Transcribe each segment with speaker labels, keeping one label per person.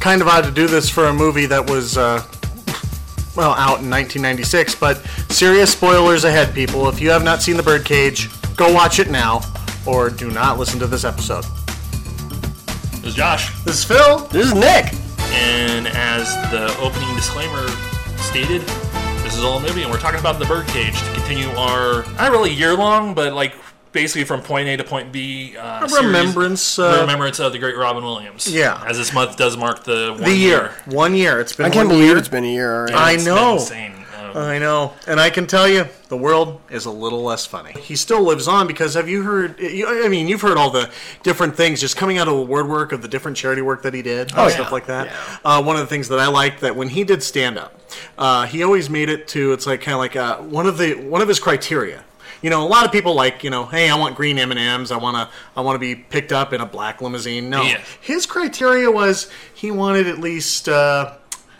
Speaker 1: Kind of odd to do this for a movie that was, uh, well, out in 1996, but serious spoilers ahead, people. If you have not seen The Birdcage, go watch it now, or do not listen to this episode.
Speaker 2: This is Josh.
Speaker 1: This is Phil.
Speaker 3: This is Nick.
Speaker 2: And as the opening disclaimer stated, this is all movie, and we're talking about the birdcage to continue our not really year long, but like basically from point A to point B. Uh, series-
Speaker 1: remembrance, uh,
Speaker 2: remembrance of the great Robin Williams.
Speaker 1: Yeah.
Speaker 2: as this month does mark the one
Speaker 1: The year. One year. It's been
Speaker 3: I can't
Speaker 1: one
Speaker 3: believe
Speaker 1: year.
Speaker 3: it's been a year already.
Speaker 1: I
Speaker 2: It's been
Speaker 1: know.
Speaker 2: insane. Um,
Speaker 1: I know, and I can tell you, the world is a little less funny. He still lives on because have you heard? you- I mean, you've heard all the different things just coming out of the woodwork of the different charity work that he did and
Speaker 3: Oh, yeah.
Speaker 1: stuff like that. Uh, one of the things that I liked that when he did stand up, uh, he always made it to it's like kind of like uh, one of the one of his criteria. You know, a lot of people like you know, hey, I want green M and M's. I wanna I wanna be picked up in a black limousine. No,
Speaker 2: Yeah.
Speaker 1: his criteria was he wanted at least. Uh,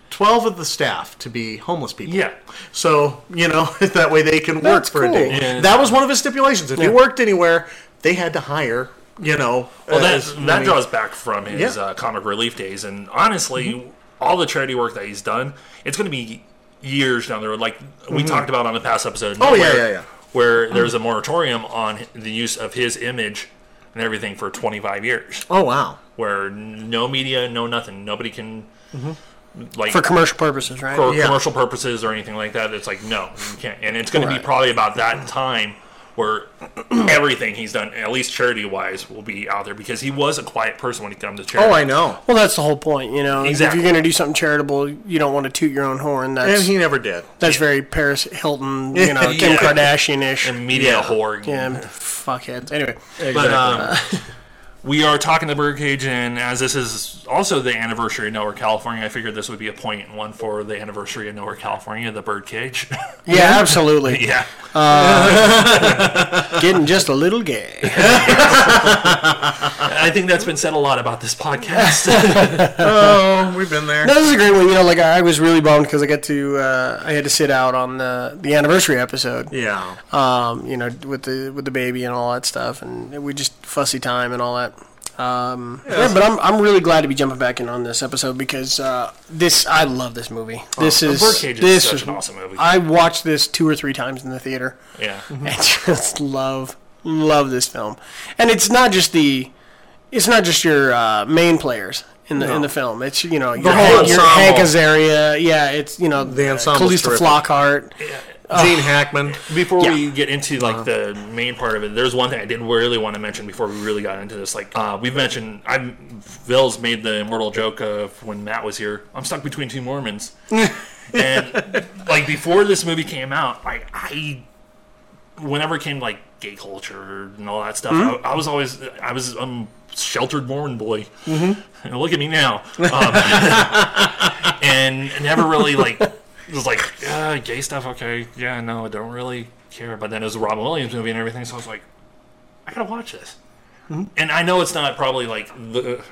Speaker 1: 12 of the staff to be homeless people.
Speaker 2: Yeah.
Speaker 1: So, you know, that way they can work
Speaker 3: That's
Speaker 1: for
Speaker 3: cool.
Speaker 1: a day.
Speaker 2: Yeah.
Speaker 1: That was one of his stipulations. If he worked anywhere, they had to hire, you know. uh,
Speaker 2: Well, that,
Speaker 1: as
Speaker 2: that
Speaker 1: many-
Speaker 2: draws back from his
Speaker 1: Yeah. Mm-hmm.
Speaker 2: uh, comic relief days, and honestly, all the charity work that he's done, it's going to be years down the road. Like we talked about on the past episode.
Speaker 1: Mm-hmm. Oh, yeah, yeah, Mm-hmm. yeah.
Speaker 2: Where there's a moratorium on the use of his image and everything for 25 years,
Speaker 1: Oh, wow.
Speaker 2: where no media, no nothing, nobody can
Speaker 1: Mm-hmm.
Speaker 2: like
Speaker 3: For commercial purposes, right?
Speaker 2: for
Speaker 1: Yeah.
Speaker 2: commercial purposes or anything like that. It's like no, you can't. And it's going to
Speaker 3: Right.
Speaker 2: be probably about that time where everything he's done, at least charity wise, will be out there because he was a quiet person when it comes to charity.
Speaker 1: Oh, I know.
Speaker 3: Well, that's the whole point, you know. is
Speaker 2: Exactly.
Speaker 3: If you're going to do something charitable, you don't want to toot your own horn. That's
Speaker 1: And he never did.
Speaker 3: that's very Paris Hilton, you know, Kim
Speaker 2: Yeah.
Speaker 3: Kardashian-ish.
Speaker 2: And media
Speaker 1: Yeah.
Speaker 2: whore.
Speaker 3: Yeah, fuckheads. Anyway,
Speaker 2: But um, we are talking to Birdcage, and as this is also the anniversary of Nowhere California, I figured this would be a point in one for the anniversary of Nowhere California, the Birdcage.
Speaker 3: yeah, absolutely.
Speaker 2: yeah.
Speaker 3: Getting just a little gay.
Speaker 2: I think that's been said a lot about this podcast.
Speaker 1: Oh, we've been there.
Speaker 3: No, this is a great one. You know, like I was really bummed because I got to uh, I had to sit out on the the anniversary episode.
Speaker 1: Yeah.
Speaker 3: Um, you know, with the with the baby and all that stuff, and we just fussy time and all that. Um, yeah, but I'm I'm really glad to be jumping back in on this episode because uh, this I love this movie. This is
Speaker 2: Birdcage is
Speaker 3: this
Speaker 2: such
Speaker 3: was-
Speaker 2: an awesome movie.
Speaker 3: I watched this two or three times in the theater.
Speaker 2: yeah.
Speaker 3: I just love love this film, and it's not just the it's not just your uh, main players in the in the film. It's you know your,
Speaker 1: whole
Speaker 3: Hank, your
Speaker 1: ensemble.
Speaker 3: Hank Azaria, yeah. It's you know
Speaker 1: The
Speaker 3: uh,
Speaker 1: ensemble's
Speaker 3: Calista
Speaker 1: terrific.
Speaker 3: Flockhart.
Speaker 1: Gene Hackman.
Speaker 2: Uh, Before
Speaker 3: Yeah.
Speaker 2: we get into like the main part of it, there's one thing I did really want to mention before we really got into this. Like uh, we've mentioned, I Bill's made the immortal joke of when Matt was here. I'm stuck between two Mormons, and like before this movie came out, like I, whenever it came to, like gay culture and all that stuff, I, I was always I was um sheltered Mormon boy. Mm-hmm. And look at me now. Um, and never really like was like uh, gay stuff. Okay, yeah, no, I don't really care. But then it was a Robin Williams movie and everything, so I was like, I gotta watch this.
Speaker 1: Mm-hmm.
Speaker 2: And I know it's not probably like the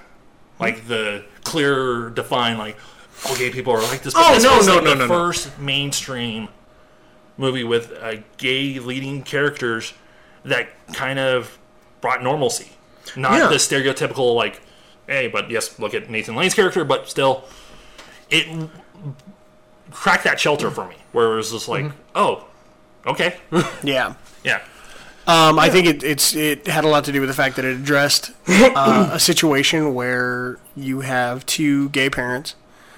Speaker 2: like the clear defined like all gay people are like this. But
Speaker 1: Oh,
Speaker 2: this
Speaker 1: no,
Speaker 2: was,
Speaker 1: no,
Speaker 2: like,
Speaker 1: no,
Speaker 2: the
Speaker 1: no, no.
Speaker 2: First mainstream movie with uh, gay leading characters that kind of brought normalcy, not
Speaker 1: Yeah.
Speaker 2: the stereotypical like, hey, but yes, look at Nathan Lane's character, but still, it cracked that shelter for me, where it was just like,
Speaker 1: Mm-hmm.
Speaker 2: oh, okay,
Speaker 3: Yeah.
Speaker 2: yeah.
Speaker 3: Um, I think it, it's it had a lot to do with the fact that it addressed uh, a situation where you have two gay parents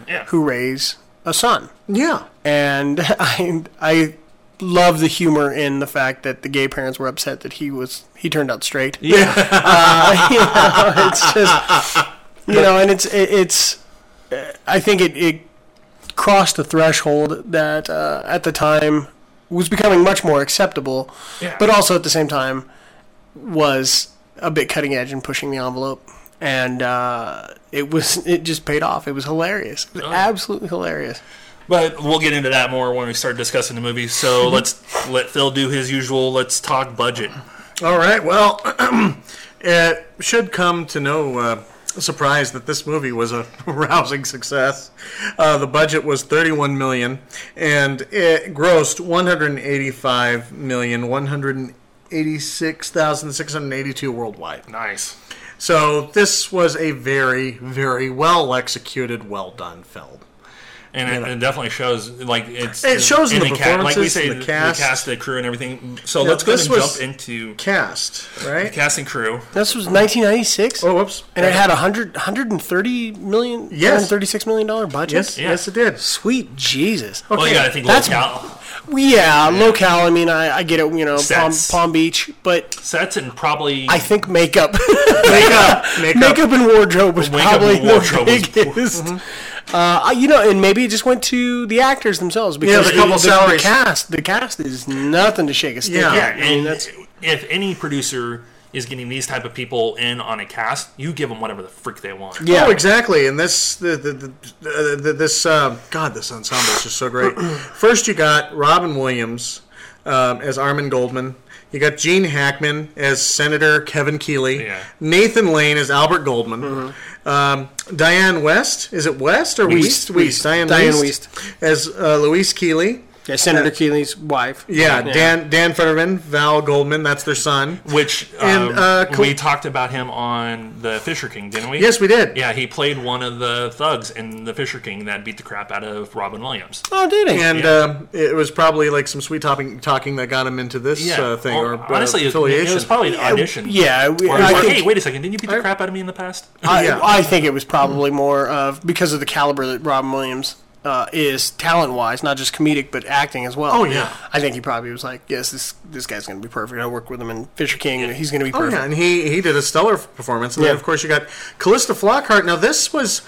Speaker 2: Yeah.
Speaker 3: who raise a son.
Speaker 1: Yeah.
Speaker 3: and I I love the humor in the fact that the gay parents were upset that he was he turned out straight. Yeah, uh, you know, it's just you know, and it's it, it's uh, I think it, it crossed the threshold that uh, at the time was becoming much more acceptable,
Speaker 2: Yeah.
Speaker 3: but also at the same time was a bit cutting edge and pushing the envelope. and uh, it was it just paid off. It was hilarious. It was absolutely hilarious.
Speaker 2: But we'll get into that more when we start discussing the movie.
Speaker 1: Mm-hmm.
Speaker 2: So let's let Phil do his usual. Let's talk budget.
Speaker 1: All right. Well, it should come to no uh, surprise that this movie was a rousing success. Uh, the budget was 31 million, and it grossed 185 million 186,682 worldwide.
Speaker 2: Nice.
Speaker 1: So this was a very, very well executed, well done film.
Speaker 2: And it, it definitely shows, like it's
Speaker 1: It shows in
Speaker 2: and
Speaker 1: the
Speaker 2: ca- like we
Speaker 1: performances,
Speaker 2: say,
Speaker 1: in the
Speaker 2: the
Speaker 1: cast.
Speaker 2: cast, the, crew, and everything. So
Speaker 1: Now,
Speaker 2: let's go ahead
Speaker 1: this
Speaker 2: and
Speaker 1: was-
Speaker 2: jump into
Speaker 1: Cast, right?
Speaker 2: cast and crew.
Speaker 3: This was 1996,
Speaker 1: Oh, whoops.
Speaker 3: and it had a hundred, 130 million,
Speaker 1: Yes.
Speaker 3: 136 million dollar budget.
Speaker 1: yes,
Speaker 2: Yeah.
Speaker 1: yes, it did.
Speaker 3: Sweet Jesus.
Speaker 2: Well, you got to think
Speaker 3: That's-
Speaker 2: locale
Speaker 3: Yeah, locale. I mean, I, I get it. You know, Palm,
Speaker 2: Sets.
Speaker 3: Palm Beach, but
Speaker 2: sets and probably
Speaker 3: I think makeup,
Speaker 1: Makeup, makeup.
Speaker 3: makeup and wardrobe was
Speaker 2: Makeup and
Speaker 3: probably
Speaker 2: wardrobe was
Speaker 3: the biggest.
Speaker 1: Mm-hmm.
Speaker 3: Uh, you know, and maybe it just went to the actors themselves because
Speaker 1: there's a couple
Speaker 3: the, the
Speaker 1: salaries.
Speaker 3: cast, the cast is nothing to shake a stick.
Speaker 1: Yeah.
Speaker 2: yeah.
Speaker 3: at. I mean,
Speaker 2: And
Speaker 3: that's
Speaker 2: if any producer is getting these type of people in on a cast, you give them whatever the freak they want.
Speaker 3: yeah.
Speaker 1: Oh, exactly. And this, the, the, the, the, the this, um, God, this ensemble is just so great. First, you got Robin Williams um, as Armin Goldman. You got Gene Hackman as Senator Kevin Keeley.
Speaker 2: Yeah.
Speaker 1: Nathan Lane as Albert Goldman. Um, Diane West, is it West or Weist?
Speaker 3: Wiest.
Speaker 1: Weist. Diane,
Speaker 3: Diane
Speaker 1: Weist. As uh, Louise Keeley.
Speaker 3: Yeah, Senator Keeley's wife.
Speaker 1: Yeah, Dan Dan Fetterman, Val Goldman, that's their son.
Speaker 2: Which
Speaker 1: And,
Speaker 2: um,
Speaker 1: uh, Col-
Speaker 2: we talked about him on the Fisher King, didn't we?
Speaker 1: Yes, we did.
Speaker 2: Yeah, he played one of the thugs in the Fisher King that beat the crap out of Robin Williams.
Speaker 3: Oh, did he?
Speaker 1: And uh, it was probably like some sweet talking, talking that got him into this uh, thing, or, uh,
Speaker 2: Oh, honestly, it was-
Speaker 1: affiliation.
Speaker 2: it was probably an audition.
Speaker 3: yeah, we-
Speaker 2: Or,
Speaker 3: I
Speaker 2: or,
Speaker 3: think-
Speaker 2: hey, wait a second! Didn't you beat the crap out of me in the past?
Speaker 3: I,
Speaker 1: Yeah.
Speaker 3: I think it was probably more of because of the caliber that Robin Williams uh, is talent wise, not just comedic but acting as well.
Speaker 1: Oh, yeah.
Speaker 3: I think he probably was like, yes, this this guy's going to be perfect. I work with him in Fisher King. He's going to be
Speaker 1: Oh
Speaker 3: perfect.
Speaker 1: yeah, and he he did a stellar performance. And then
Speaker 3: Yeah.
Speaker 1: of course you got Callista Flockhart. Now this was.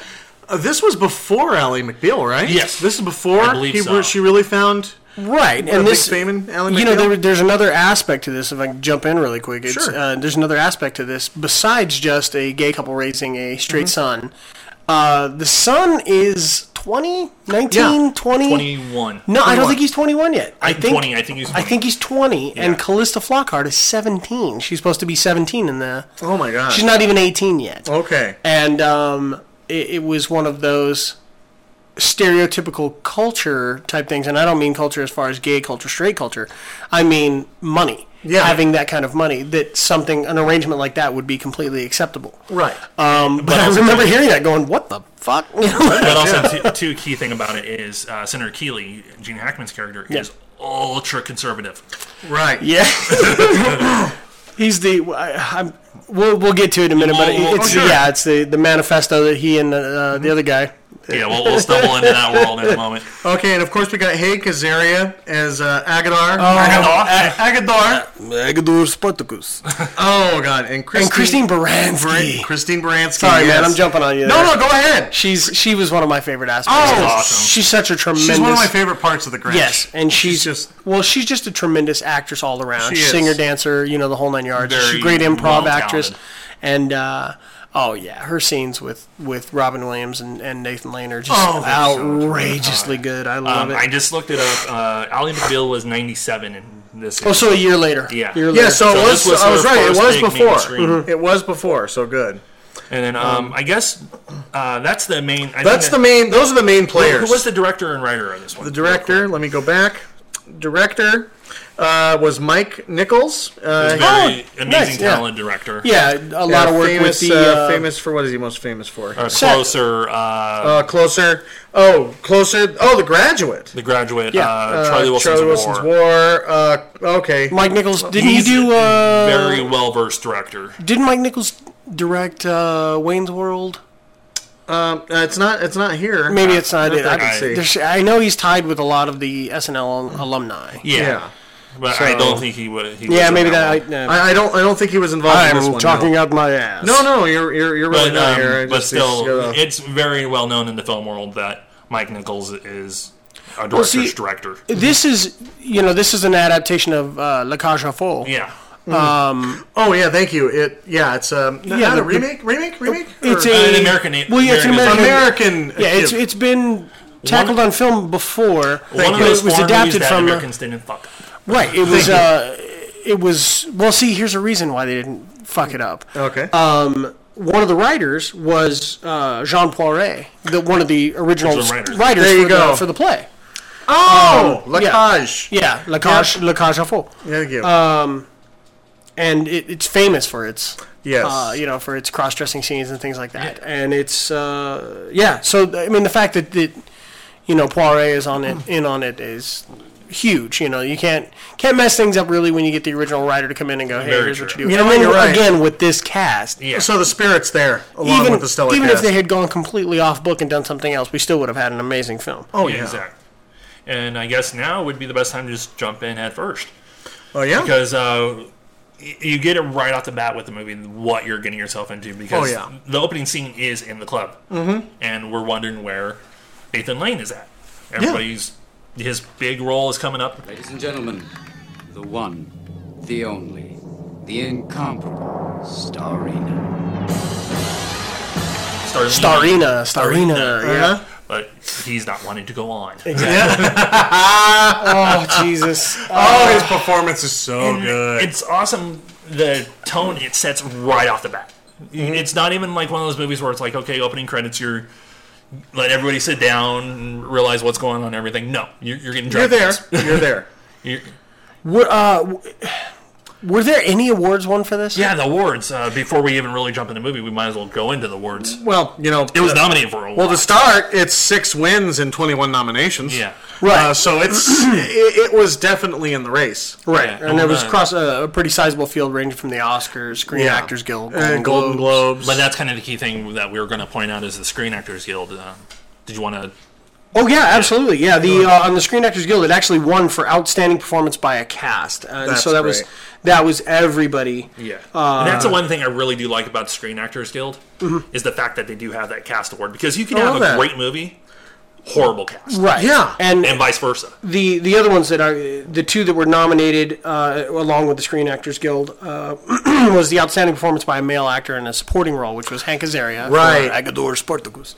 Speaker 1: Uh, this was before Ally McBeal, right?
Speaker 2: Yes.
Speaker 1: This is before
Speaker 2: I believe
Speaker 1: he,
Speaker 2: so.
Speaker 1: where she really found.
Speaker 3: Right, and
Speaker 1: big
Speaker 3: this
Speaker 1: fame in Alan
Speaker 3: you know
Speaker 1: McNeil?
Speaker 3: there, there's another aspect to this. If I can jump in really quick, it's,
Speaker 1: Sure.
Speaker 3: uh, there's another aspect to this besides just a gay couple raising a straight
Speaker 1: Mm-hmm.
Speaker 3: son. Uh, the son is 20, 19,
Speaker 1: Yeah.
Speaker 3: 20?
Speaker 2: Twenty-one.
Speaker 3: No, I don't
Speaker 1: 21.
Speaker 3: think he's 21 yet. I think
Speaker 2: 20. I think he's. 20.
Speaker 3: I think he's 20, and Callista Flockhart is 17. She's supposed to be 17 in the.
Speaker 1: Oh my God.
Speaker 3: She's not even 18 yet.
Speaker 2: Oh.
Speaker 1: Okay.
Speaker 3: And um, it, it was one of those stereotypical culture type things. And I don't mean culture as far as gay culture, straight culture. I mean money.
Speaker 1: Yeah.
Speaker 3: Having that kind of money, that something, an arrangement like that would be completely acceptable.
Speaker 1: Right.
Speaker 3: Um, but, I
Speaker 2: also-
Speaker 3: remember hearing that going, what the fuck? You know?
Speaker 2: But also, two, two key thing about it is uh, Senator Keeley, Gene Hackman's character, is ultra conservative.
Speaker 1: right.
Speaker 3: Yeah. He's the. I, am we'll we'll get to it in a minute, but
Speaker 2: We'll- we'll-
Speaker 3: it's
Speaker 2: oh, sure.
Speaker 3: yeah, it's the the manifesto that he and uh,
Speaker 1: Mm-hmm.
Speaker 3: the other guy.
Speaker 2: Yeah, we'll, we'll stumble into that world in a moment.
Speaker 1: Okay, and of course we got Hay Kazaria as uh, Agadar.
Speaker 2: Agador.
Speaker 1: Agadar.
Speaker 3: Agador Spartacus
Speaker 1: Oh God. And Christine,
Speaker 3: and Christine Baranski.
Speaker 1: Bran- Christine Baranski.
Speaker 3: Sorry, man,
Speaker 1: yes.
Speaker 3: I'm jumping on you.
Speaker 1: No,
Speaker 3: there.
Speaker 1: no, go ahead.
Speaker 3: She's she was one of my favorite aspects.
Speaker 1: Oh,
Speaker 2: awesome.
Speaker 3: she's such a tremendous.
Speaker 1: She's one of my favorite parts of the Grinch.
Speaker 3: Yes, and she's,
Speaker 1: just-
Speaker 3: just well, she's just a tremendous actress all around.
Speaker 1: She is.
Speaker 3: Singer, dancer, you know the whole nine yards. she's
Speaker 2: Very
Speaker 3: a great improv
Speaker 2: well
Speaker 3: actress,
Speaker 2: talented.
Speaker 3: and uh, oh yeah, her scenes with with Robin Williams and, and Nathan Lane are just
Speaker 1: Oh, they're so
Speaker 3: outrageously good. I love
Speaker 2: Um,
Speaker 3: it.
Speaker 2: I just looked it up. Uh, Ally McBeal was 97 in this.
Speaker 3: oh, so a year later.
Speaker 2: Yeah.
Speaker 3: year
Speaker 1: Yeah,
Speaker 3: later.
Speaker 1: so,
Speaker 2: So
Speaker 1: it was,
Speaker 2: this was
Speaker 1: I
Speaker 2: her
Speaker 1: was right. It
Speaker 2: first
Speaker 1: was
Speaker 2: big
Speaker 1: before. Mm-hmm.
Speaker 2: mainstream.
Speaker 1: It was before. So good.
Speaker 2: and then um, I guess uh, that's the main. I think
Speaker 1: That's the
Speaker 2: that-
Speaker 1: main. Those are the main players.
Speaker 2: Who was the director and writer of this one?
Speaker 1: the director? Let me go back. Director uh, was Mike Nichols. Uh,
Speaker 2: Very amazing
Speaker 3: nice, yeah.
Speaker 2: talent director.
Speaker 3: yeah, a lot of work
Speaker 1: famous,
Speaker 3: with the
Speaker 1: uh,
Speaker 3: uh,
Speaker 1: famous for what is he most famous for?
Speaker 2: Uh, closer. Uh,
Speaker 1: Uh, closer. Oh, closer. Oh, The Graduate.
Speaker 2: the graduate.
Speaker 3: yeah,
Speaker 2: Uh, Charlie Wilson's
Speaker 1: Charlie
Speaker 2: War.
Speaker 1: Wilson's War. Uh, okay.
Speaker 3: Mike Nichols. Didn't he
Speaker 2: He's
Speaker 3: do? Uh,
Speaker 2: Very well versed director.
Speaker 3: didn't Mike Nichols direct uh, Wayne's World?
Speaker 1: Um, uh, it's not. It's not here. Uh,
Speaker 3: Maybe it's not.
Speaker 1: that
Speaker 3: it.
Speaker 1: I
Speaker 3: I,
Speaker 1: can see.
Speaker 3: there's- I know he's tied with a lot of the SNL alumni.
Speaker 2: Yeah,
Speaker 1: Yeah.
Speaker 2: but I don't think he would. He was
Speaker 3: Yeah,
Speaker 2: in
Speaker 3: maybe
Speaker 2: one.
Speaker 3: that. I, no.
Speaker 1: I, I don't. I don't think he was involved in this
Speaker 3: I'm
Speaker 1: one.
Speaker 3: talking
Speaker 1: No.
Speaker 3: out my ass.
Speaker 1: No, no, you're you're, you're really
Speaker 2: but,
Speaker 1: not
Speaker 2: um,
Speaker 1: here. I
Speaker 2: but
Speaker 1: just- it's
Speaker 2: still,
Speaker 1: gotta-
Speaker 2: it's very well known in the film world that Mike Nichols is a director's
Speaker 3: see-
Speaker 2: director.
Speaker 3: This is, you know, this is an adaptation of uh, La Cage aux Folles.
Speaker 2: Yeah.
Speaker 3: Um,
Speaker 1: Oh yeah, thank you. It yeah, it's um yeah,
Speaker 3: Yeah,
Speaker 1: not
Speaker 3: the-
Speaker 1: a remake, remake, remake.
Speaker 3: it's
Speaker 1: Or- uh,
Speaker 2: an
Speaker 3: a
Speaker 2: American-
Speaker 3: Well, yeah, it's an
Speaker 2: American-
Speaker 3: American.
Speaker 1: American.
Speaker 3: yeah, it's it's been tackled on film before.
Speaker 2: One of
Speaker 3: but
Speaker 2: those
Speaker 3: it was
Speaker 2: foreign
Speaker 3: adapted
Speaker 2: movies that
Speaker 3: from uh, a-
Speaker 2: Americans didn't fuck.
Speaker 3: right. It was uh, it was well. See, here's a reason why they didn't fuck it up.
Speaker 1: okay.
Speaker 3: One of the writers was uh, Jean Poiret, the one of the original
Speaker 2: Original
Speaker 3: s-
Speaker 2: writers.
Speaker 3: writers,
Speaker 1: There you
Speaker 3: for,
Speaker 1: go.
Speaker 3: The, for the play.
Speaker 1: oh, um,
Speaker 3: yeah.
Speaker 1: Lacage.
Speaker 3: Yeah, La Cage, La Cage aux Folles.
Speaker 1: Thank you.
Speaker 3: and it, it's famous for its
Speaker 1: Yes.
Speaker 3: uh, you know for its cross-dressing scenes and things like that and it's uh, yeah so i mean the fact that that you know poiret is on it in on it is huge you know you can't can't mess things up really when you get the original writer to come in and go hey
Speaker 2: Very
Speaker 3: here's what
Speaker 2: true.
Speaker 3: you do
Speaker 1: You know
Speaker 3: and
Speaker 1: what,
Speaker 3: then
Speaker 1: you're right.
Speaker 3: again with this cast
Speaker 2: Yeah.
Speaker 1: So the spirit's there, along
Speaker 3: even,
Speaker 1: with the stellar
Speaker 3: even if
Speaker 1: cast.
Speaker 3: they had gone completely off book and done something else we still would have had an amazing film
Speaker 1: oh
Speaker 2: yeah,
Speaker 1: yeah.
Speaker 2: exactly. And I guess now would be the best time to just jump in head first.
Speaker 1: Oh yeah.
Speaker 2: because uh, y- you get it right off the bat with the movie what you're getting yourself into because
Speaker 1: Oh, yeah.
Speaker 2: the opening scene is in the club mm-hmm. and we're wondering where Nathan Lane is at. Everybody's his big role is coming up.
Speaker 4: Ladies and gentlemen, the one, the only, the incomparable Starina.
Speaker 2: Starlina,
Speaker 3: starina starina, yeah
Speaker 1: Uh-huh.
Speaker 2: but he's not wanting to go on.
Speaker 3: oh jesus
Speaker 1: Oh, his performance is so good.
Speaker 2: It's awesome. The tone it sets right off the bat. It's not even like one of those movies where it's like, okay, opening credits, you're let everybody sit down and realize what's going on and everything. No, you're, you're getting
Speaker 1: You're
Speaker 2: dragged
Speaker 1: there.
Speaker 2: into
Speaker 1: You're there.
Speaker 2: this. You're-
Speaker 3: were, uh, w- were there any awards won for this
Speaker 2: Yeah, the awards. Uh, before we even really jump in the movie, we might as well go into the awards.
Speaker 1: Well, you know,
Speaker 2: It was nominated for a
Speaker 1: Well,
Speaker 2: lot.
Speaker 1: to start, it's six wins and 21 nominations.
Speaker 2: Yeah.
Speaker 1: Uh,
Speaker 3: Right.
Speaker 1: so it's it, it was definitely in the race.
Speaker 3: Right,
Speaker 2: Yeah.
Speaker 3: and there was
Speaker 2: Uh,
Speaker 3: across a, a pretty sizable field ranging from the Oscars, Screen
Speaker 1: Yeah.
Speaker 3: Actors Guild,
Speaker 1: Uh,
Speaker 3: Golden,
Speaker 1: Golden
Speaker 3: Globes.
Speaker 1: Globes.
Speaker 2: but that's kind of the key thing that we were going to point out is the Screen Actors Guild. Uh, did you want to?
Speaker 3: Oh yeah, absolutely. Yeah, the uh, on the Screen Actors Guild, it actually won for outstanding performance by a cast, and
Speaker 1: That's
Speaker 3: so that was
Speaker 1: great.
Speaker 3: that was everybody.
Speaker 2: Yeah. Uh, that's the one thing I really do like about Screen Actors Guild is the fact that they do have that cast award because you can
Speaker 1: Mm-hmm. I
Speaker 2: have a
Speaker 1: love that.
Speaker 2: great movie, horrible cast,
Speaker 3: Right.
Speaker 1: Yeah.
Speaker 3: and
Speaker 2: and vice versa.
Speaker 3: the the other ones that are the two that were nominated uh, along with the Screen Actors Guild uh, was the outstanding performance by a male actor in a supporting role, which was Hank Azaria, for
Speaker 1: Right.
Speaker 3: Agador Spartacus.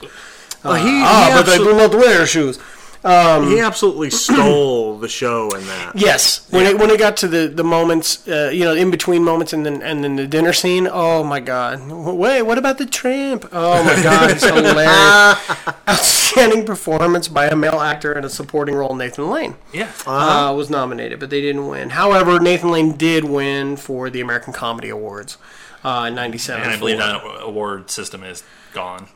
Speaker 1: Uh, he, he,
Speaker 3: Ah, but they
Speaker 1: absolutely,
Speaker 3: do not wear shoes.
Speaker 1: he absolutely stole the show in that.
Speaker 3: Yes, when it when it got to the the moments, uh, you know, in between moments, and then and then the dinner scene. Oh my god! Wait, what about the tramp? Oh my god, it's hilarious! Outstanding performance by a male actor in a supporting role. Nathan Lane
Speaker 2: Yeah. Uh-huh.
Speaker 3: uh, was nominated, but they didn't win. However, Nathan Lane did win for the American Comedy Awards uh, in '97.
Speaker 2: and I believe that award system is gone.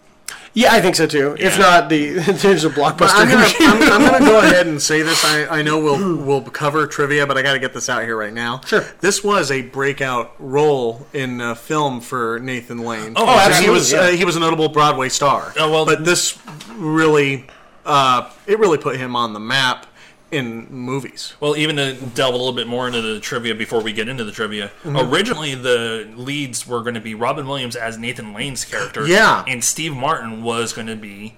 Speaker 3: Yeah, I think so too. If
Speaker 2: Yeah.
Speaker 3: not, the there's a blockbuster.
Speaker 1: I'm gonna, I'm, I'm gonna go ahead and say this. I, I know we'll we'll cover trivia, but I got to get this out here right now.
Speaker 3: Sure.
Speaker 1: This was a breakout role in uh, film for Nathan Lane.
Speaker 2: Oh,
Speaker 1: he
Speaker 2: absolutely,
Speaker 1: was
Speaker 3: yeah.
Speaker 1: uh, he was a notable Broadway star.
Speaker 2: Oh, well-
Speaker 1: but this really uh, it really put him on the map in movies.
Speaker 2: Well, even to delve a little bit more into the trivia before we get into the trivia,
Speaker 1: Mm-hmm.
Speaker 2: originally the leads were going to be Robin Williams as Nathan Lane's character,
Speaker 1: Yeah.
Speaker 2: and Steve Martin was going to be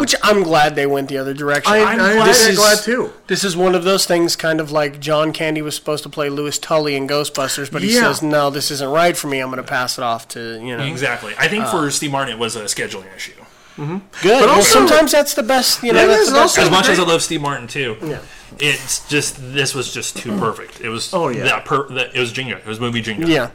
Speaker 3: which I'm glad they went the other direction.
Speaker 1: I,
Speaker 2: I'm
Speaker 1: I'm
Speaker 2: glad-
Speaker 1: glad,
Speaker 2: this
Speaker 3: is-
Speaker 1: glad too.
Speaker 3: This is one of those things, kind of like John Candy was supposed to play Lewis Tully in Ghostbusters, but he
Speaker 1: Yeah.
Speaker 3: says, "No, this isn't right for me. I'm going to pass it off to you know."
Speaker 2: exactly. I
Speaker 1: Uh.
Speaker 2: think for Steve Martin, it was a scheduling issue.
Speaker 3: Good. But
Speaker 1: also-
Speaker 3: sometimes that's the best. You know,
Speaker 1: Yeah,
Speaker 3: that's
Speaker 1: there's
Speaker 3: the best.
Speaker 2: As
Speaker 1: also-
Speaker 2: much as I love Steve Martin too, it's just this was just too perfect. It was
Speaker 1: Mm. Oh, yeah.
Speaker 2: that per, that, it was Jingo. It was movie Jingo.
Speaker 3: yeah.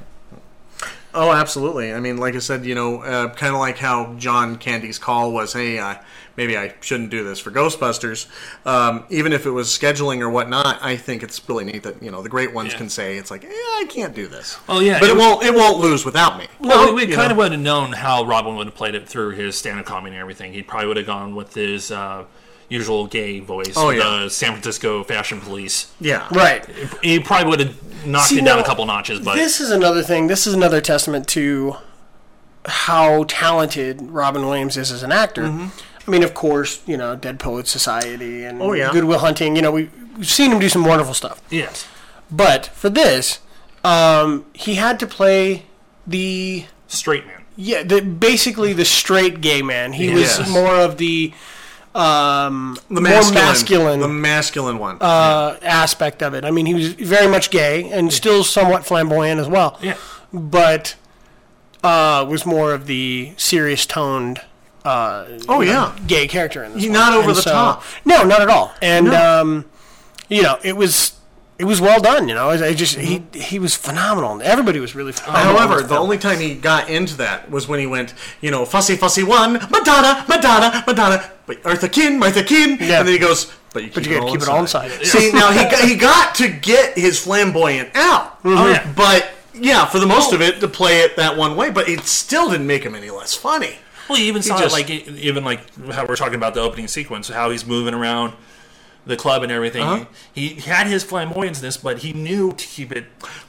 Speaker 1: Oh, absolutely. I mean, like I said, you know, uh, kind of like how John Candy's call was, "Hey, I, maybe I shouldn't do this for Ghostbusters." Um, even if it was scheduling or whatnot, I think it's really neat that you know the great ones
Speaker 2: Yeah.
Speaker 1: can say, "It's like, eh, I can't do this."
Speaker 2: Oh, yeah,
Speaker 1: but
Speaker 2: it
Speaker 1: it,
Speaker 2: was-
Speaker 1: won't. It won't lose without me.
Speaker 2: Well, we,
Speaker 1: you
Speaker 2: kind
Speaker 1: know.
Speaker 2: of would have known how Robin would have played it through his stand-up comedy and everything. He probably would have gone with his uh, usual gay voice,
Speaker 1: Oh, yeah.
Speaker 2: the San Francisco Fashion Police.
Speaker 1: Yeah.
Speaker 3: Right.
Speaker 2: He probably would have knocked
Speaker 3: See,
Speaker 2: it down
Speaker 3: now,
Speaker 2: a couple notches, but
Speaker 3: This is another thing. This is another testament to how talented Robin Williams is as an actor.
Speaker 1: Mm-hmm.
Speaker 3: I mean, of course, you know, Dead Poets Society and
Speaker 1: Oh, yeah.
Speaker 3: Good Will Hunting. You know, we, we've seen him do some wonderful stuff.
Speaker 2: yes,
Speaker 3: But for this, um, he had to play the
Speaker 2: straight man.
Speaker 3: yeah, the, basically the straight gay man. He was
Speaker 1: Yes.
Speaker 3: more of the
Speaker 1: the
Speaker 3: more masculine
Speaker 1: the masculine one.
Speaker 3: uh, aspect of it. I mean, he was very much gay and still somewhat flamboyant as well.
Speaker 2: Yeah.
Speaker 3: But uh, was more of the serious toned
Speaker 1: oh yeah,
Speaker 3: gay character in this.
Speaker 1: He-
Speaker 3: one.
Speaker 1: not over
Speaker 3: And
Speaker 1: the top.
Speaker 3: No, not at all. And
Speaker 1: No.
Speaker 3: um, you know, it was it was well done. You know, I, I just
Speaker 1: Mm-hmm.
Speaker 3: he he was phenomenal. Everybody was really phenomenal. in
Speaker 1: However,
Speaker 3: this
Speaker 1: the
Speaker 3: film.
Speaker 1: only time he got into that was when he went, you know, fussy fussy one, Madonna, Madonna, Madonna, but Eartha Kin, Martha Kin,
Speaker 3: Yeah.
Speaker 1: and then he goes, but you,
Speaker 3: but
Speaker 1: keep,
Speaker 3: you
Speaker 1: it
Speaker 3: gotta
Speaker 1: all
Speaker 3: keep it all inside.
Speaker 1: See, now he got, he got to get his flamboyant out, Oh,
Speaker 2: yeah.
Speaker 1: but yeah, for the most of it, to play it that one way, but it still didn't make him any less funny.
Speaker 2: Well, you even saw
Speaker 1: just-
Speaker 2: it like e- even like how we're talking about the opening sequence, how he's moving around the club and everything. He, he had his flamboyantness, but he knew to keep it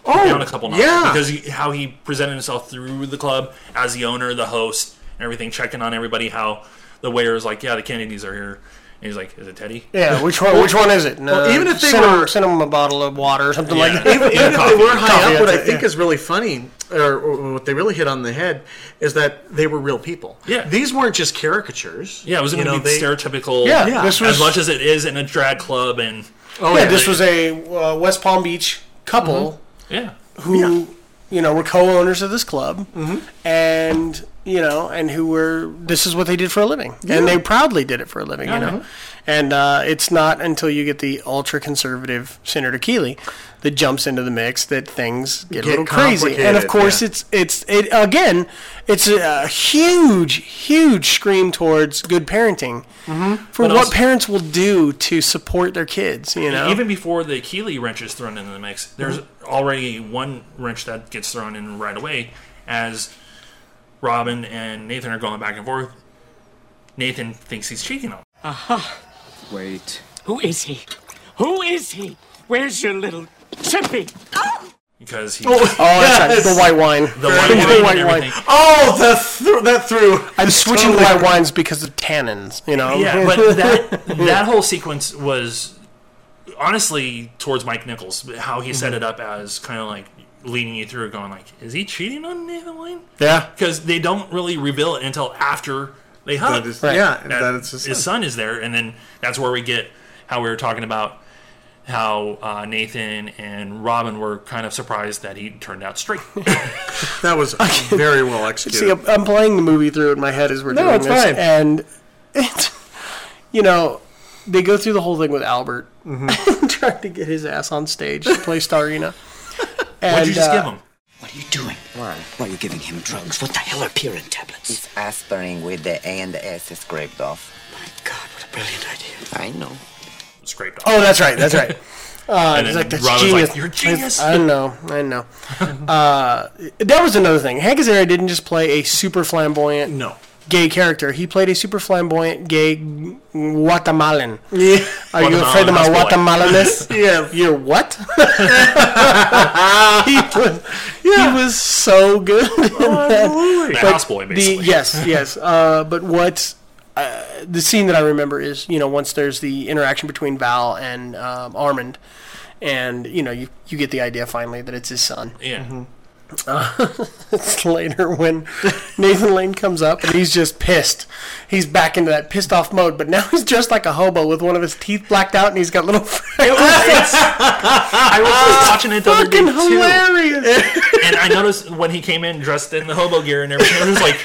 Speaker 2: down a couple notches
Speaker 1: yeah.
Speaker 2: because he, how he presented himself through the club as the owner, the host, and everything, checking on everybody. How the waiter is like, "Yeah, the Kennedys are here," and he's like, "Is it Teddy?"
Speaker 3: Yeah, which one? Which one is it? No,
Speaker 1: even if they
Speaker 3: send him,
Speaker 1: were-
Speaker 3: send him a bottle of water or something
Speaker 2: Yeah.
Speaker 3: like that.
Speaker 1: even even if they
Speaker 2: Coffee.
Speaker 1: were high
Speaker 3: Coffee,
Speaker 1: up, what I
Speaker 3: that's it,
Speaker 1: think
Speaker 3: yeah.
Speaker 1: is really funny, or, or what they really hit on the head, is that they were real people.
Speaker 2: Yeah.
Speaker 1: these weren't just caricatures.
Speaker 2: Yeah, it was
Speaker 1: You
Speaker 2: going to
Speaker 1: know,
Speaker 2: be
Speaker 1: they-
Speaker 2: stereotypical.
Speaker 3: Yeah, Yeah. this was-
Speaker 2: as much as it is in a drag club, and
Speaker 1: Oh,
Speaker 3: yeah, this was a uh, West Palm Beach couple
Speaker 1: Mm-hmm.
Speaker 2: yeah, Mm-hmm.
Speaker 3: who you know were co-owners of this club and you know and who were this is what they did for a living and they proudly did it for a living you
Speaker 2: Uh-huh.
Speaker 3: know and uh, it's not until you get the ultra conservative senator keeley that jumps into the mix that things get, a
Speaker 1: Get
Speaker 3: little crazy and of
Speaker 1: complicated,
Speaker 3: course
Speaker 1: yeah.
Speaker 3: it's it's it again it's a, a huge huge scream towards good parenting for what
Speaker 2: Mm-hmm. also-
Speaker 3: parents will do to support their kids you know
Speaker 2: Even before the Keeley wrench is thrown into the mix, there's already one wrench that gets thrown in right away as Robin and Nathan are going back and forth. Nathan thinks he's cheating on him.
Speaker 4: Wait.
Speaker 5: Who is he? Who is he? Where's your little chippy?
Speaker 2: because he
Speaker 3: oh that's right. the white wine
Speaker 2: the white wine and
Speaker 3: white wine.
Speaker 2: everything.
Speaker 1: Oh, that threw that through.
Speaker 3: I'm switching
Speaker 1: Totally.
Speaker 3: my wines because of tannins, you know.
Speaker 2: Yeah, but that that whole sequence was honestly towards Mike Nichols, how he set it up as kind of like leading you through, going like, "Is he cheating on Nathan Lane?"
Speaker 3: yeah.
Speaker 2: because they don't really reveal it until after they hug.
Speaker 1: That is-
Speaker 3: Right.
Speaker 1: Yeah,
Speaker 2: that
Speaker 1: that it's
Speaker 2: his,
Speaker 1: just-
Speaker 2: son is there, and then that's where we get how we were talking about how uh, Nathan and Robin were kind of surprised that he turned out straight.
Speaker 1: that was very well
Speaker 3: See,
Speaker 1: executed.
Speaker 3: I'm, I'm playing the movie through in my head as we're
Speaker 1: No,
Speaker 3: doing
Speaker 1: it's
Speaker 3: this,
Speaker 1: fine.
Speaker 3: and it's you know they go through the whole thing with Albert trying to get his ass on stage to play Starina. And,
Speaker 2: What'd you just
Speaker 3: uh,
Speaker 2: give him?
Speaker 6: What are you doing?
Speaker 7: Why?
Speaker 6: Why are you giving him drugs? What the hell are Purine tablets?
Speaker 7: It's aspirin with the A and the S is scraped off.
Speaker 6: My God, what a brilliant idea.
Speaker 7: I know.
Speaker 2: Scraped off.
Speaker 3: Oh, that's right. That's right. Uh,
Speaker 2: And
Speaker 3: it's
Speaker 2: then
Speaker 3: like, that's
Speaker 2: Robin's
Speaker 3: genius.
Speaker 2: like, "You're genius."
Speaker 3: I know. I know. uh, that was another thing. Hank Azaria didn't just play a super flamboyant
Speaker 1: no.
Speaker 3: gay character. He played a super flamboyant gay Guatemalan.
Speaker 1: Yeah.
Speaker 3: Are you afraid of my
Speaker 2: Guatemalan
Speaker 3: Guatemalanness?
Speaker 1: Yeah.
Speaker 3: You're what? he, was, he was so good.
Speaker 2: Oh, The
Speaker 1: Absolutely.
Speaker 2: houseboy,
Speaker 3: uh, the,
Speaker 2: basically.
Speaker 3: yes, yes. Uh, but what uh, the scene that I remember is, you know, once there's the interaction between Val and um, Armand, and you know, you you get the idea finally that it's his son.
Speaker 2: Yeah.
Speaker 3: It's later when Nathan Lane comes up and he's just pissed. He's back into that pissed off mode, but now he's dressed like a hobo with one of his teeth blacked out and he's got little.
Speaker 2: Ah, I was just watching it the other day,
Speaker 3: fucking
Speaker 2: too,
Speaker 3: hilarious.
Speaker 2: and I noticed when he came in dressed in the hobo gear and everything, I was like,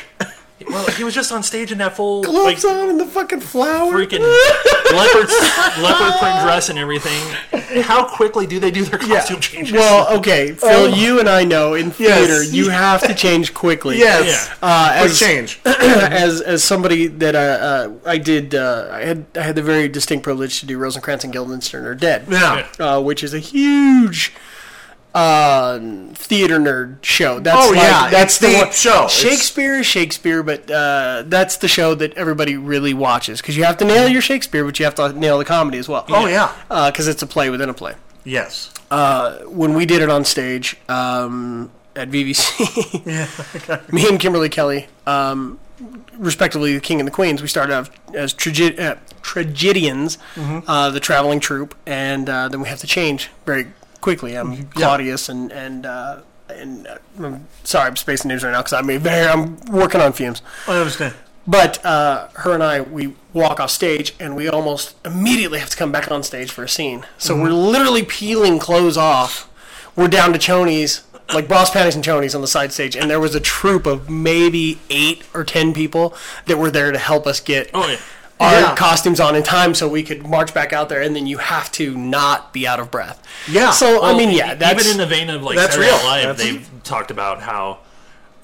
Speaker 2: well, he was just on stage in that full like,
Speaker 3: Gloves on and the fucking flower.
Speaker 2: freaking leopard leopard print dress and everything. How quickly do they do their costume changes?
Speaker 3: Well, okay, Phil,
Speaker 2: Oh.
Speaker 3: you and I know in theater you have to change quickly.
Speaker 1: Yes.
Speaker 2: yeah,
Speaker 3: Uh, as,
Speaker 1: change.
Speaker 3: as as somebody that uh, uh, I did, uh, I had I had the very distinct privilege to do Rosencrantz and Guildenstern are dead.
Speaker 1: Yeah.
Speaker 3: uh, which is a huge uh, theater nerd show. That's
Speaker 1: Oh,
Speaker 3: like,
Speaker 1: yeah,
Speaker 3: that's
Speaker 1: it's the
Speaker 3: one-
Speaker 1: show. It's-
Speaker 3: Shakespeare is Shakespeare, but uh, that's the show that everybody really watches because you have to nail your Shakespeare, but you have to nail the comedy as well.
Speaker 1: Oh, yeah.
Speaker 3: because it's a play within a play.
Speaker 1: Yes.
Speaker 3: When we did it on stage um, at VVC, me and Kimberly Kelly, um, respectively the King and the Queens, we started off as trage- uh, tragedians, uh, the traveling troupe, and uh, then we have to change very quickly. I'm Claudius and and. Uh, and uh, I'm sorry, I'm spacing names right now because I'm very I'm working on fumes.
Speaker 1: I understand.
Speaker 3: But uh, her and I, we walk off stage, and we almost immediately have to come back on stage for a scene. So
Speaker 2: Mm-hmm.
Speaker 3: we're literally peeling clothes off. We're down to chonies, like boss panties and chonies on the side stage, and there was a troop of maybe eight or ten people that were there to help us get
Speaker 2: Oh, yeah.
Speaker 3: our
Speaker 1: Yeah.
Speaker 3: costumes on in time, so we could march back out there. And then you have to not be out of breath.
Speaker 1: Yeah.
Speaker 3: So I
Speaker 2: Well,
Speaker 3: mean,
Speaker 2: e-
Speaker 3: yeah, that's
Speaker 2: even in the vein of like
Speaker 1: that's
Speaker 2: Saturday Night
Speaker 1: real.
Speaker 2: Live,
Speaker 1: That's-
Speaker 2: they've talked about how,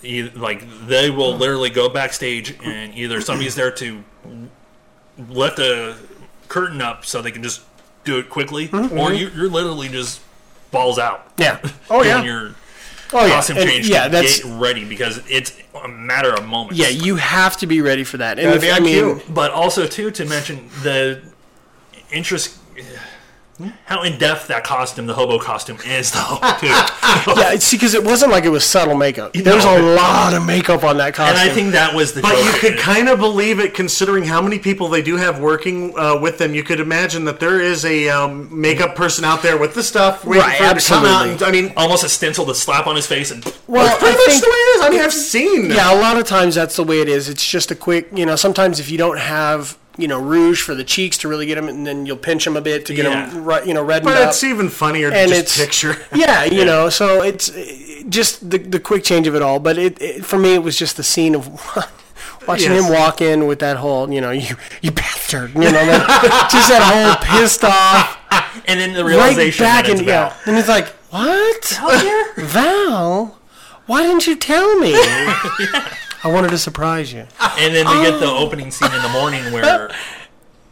Speaker 2: you, like, they will literally go backstage and either somebody's there to let the curtain up so they can just do it quickly, or you, you're literally just balls out.
Speaker 3: Mm-hmm. yeah.
Speaker 2: Oh
Speaker 3: yeah.
Speaker 2: Your
Speaker 3: Oh yeah,
Speaker 2: costume
Speaker 3: and,
Speaker 2: change.
Speaker 3: yeah.
Speaker 2: to
Speaker 3: That's
Speaker 2: get ready because it's a matter of moments.
Speaker 3: yeah. You have to be ready for that. And
Speaker 1: Gotta
Speaker 3: if,
Speaker 1: be
Speaker 3: I
Speaker 1: on
Speaker 3: mean,
Speaker 1: cue.
Speaker 2: but also too to mention the interest how in depth that costume, the hobo costume, is though. Too.
Speaker 3: yeah, see, because it wasn't like it was subtle makeup. There was
Speaker 2: know,
Speaker 3: a
Speaker 2: it-
Speaker 3: lot of makeup on that
Speaker 2: And
Speaker 3: costume.
Speaker 2: I think that was the.
Speaker 1: But
Speaker 2: joke.
Speaker 1: you could kind of believe it, considering how many people they do have working uh, with them. You could imagine that there is a um, makeup person out there with the stuff waiting
Speaker 3: Right,
Speaker 1: for him to come out.
Speaker 3: absolutely.
Speaker 1: And, I mean,
Speaker 2: almost a stencil to slap on his face and.
Speaker 3: well,
Speaker 1: that's pretty
Speaker 3: I
Speaker 1: much
Speaker 3: think-
Speaker 1: the way it is. I mean, I've seen.
Speaker 3: Yeah, a lot of times that's the way it is. It's just a quick, you know. Sometimes if you don't have, you know, rouge for the cheeks to really get them, and then you'll pinch them a bit to get
Speaker 2: Yeah.
Speaker 3: them, right, you know, reddened
Speaker 1: but
Speaker 3: up.
Speaker 1: it's even funnier to
Speaker 3: and
Speaker 1: just
Speaker 3: it's
Speaker 1: picture.
Speaker 3: yeah, you know. So it's eh, just the the quick change of it all. But it, it for me, it was just the scene of. Watching
Speaker 1: Yes.
Speaker 3: him walk in with that whole, you know, you you bastard, you know, that, just that whole pissed off,
Speaker 2: And then the
Speaker 3: right
Speaker 2: realization
Speaker 3: back
Speaker 2: that it's
Speaker 3: and yeah,
Speaker 2: about.
Speaker 3: and it's like, what? Val, why didn't you tell me? I wanted to surprise you.
Speaker 2: And then they get the opening scene in the morning where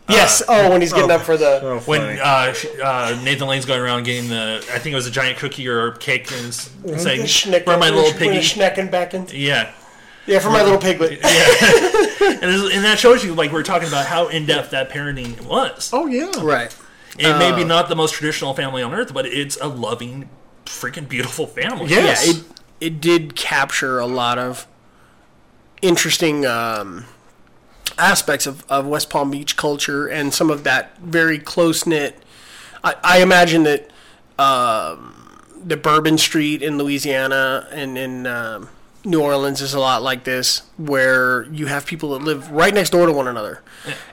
Speaker 3: Yes. Oh, when he's getting up for the.
Speaker 2: when uh, sh- uh, Nathan Lane's going around getting the I think it was a giant cookie or cake and it's saying
Speaker 3: Schnecken,
Speaker 2: where my little piggy
Speaker 3: Schnecken back in.
Speaker 2: yeah
Speaker 3: Yeah, for my little piglet.
Speaker 2: and, this- and that shows you like we're talking about how in depth that parenting was.
Speaker 1: Oh yeah.
Speaker 3: Right.
Speaker 2: It may
Speaker 3: Oh.
Speaker 2: be not the most traditional family on earth, but it's a loving, freaking beautiful family.
Speaker 1: Yes.
Speaker 3: Yeah, it it did capture a lot of interesting um, aspects of, of West Palm Beach culture and some of that very close knit. I, I imagine that um, the Bourbon Street in Louisiana and in um, New Orleans is a lot like this, where you have people that live right next door to one another,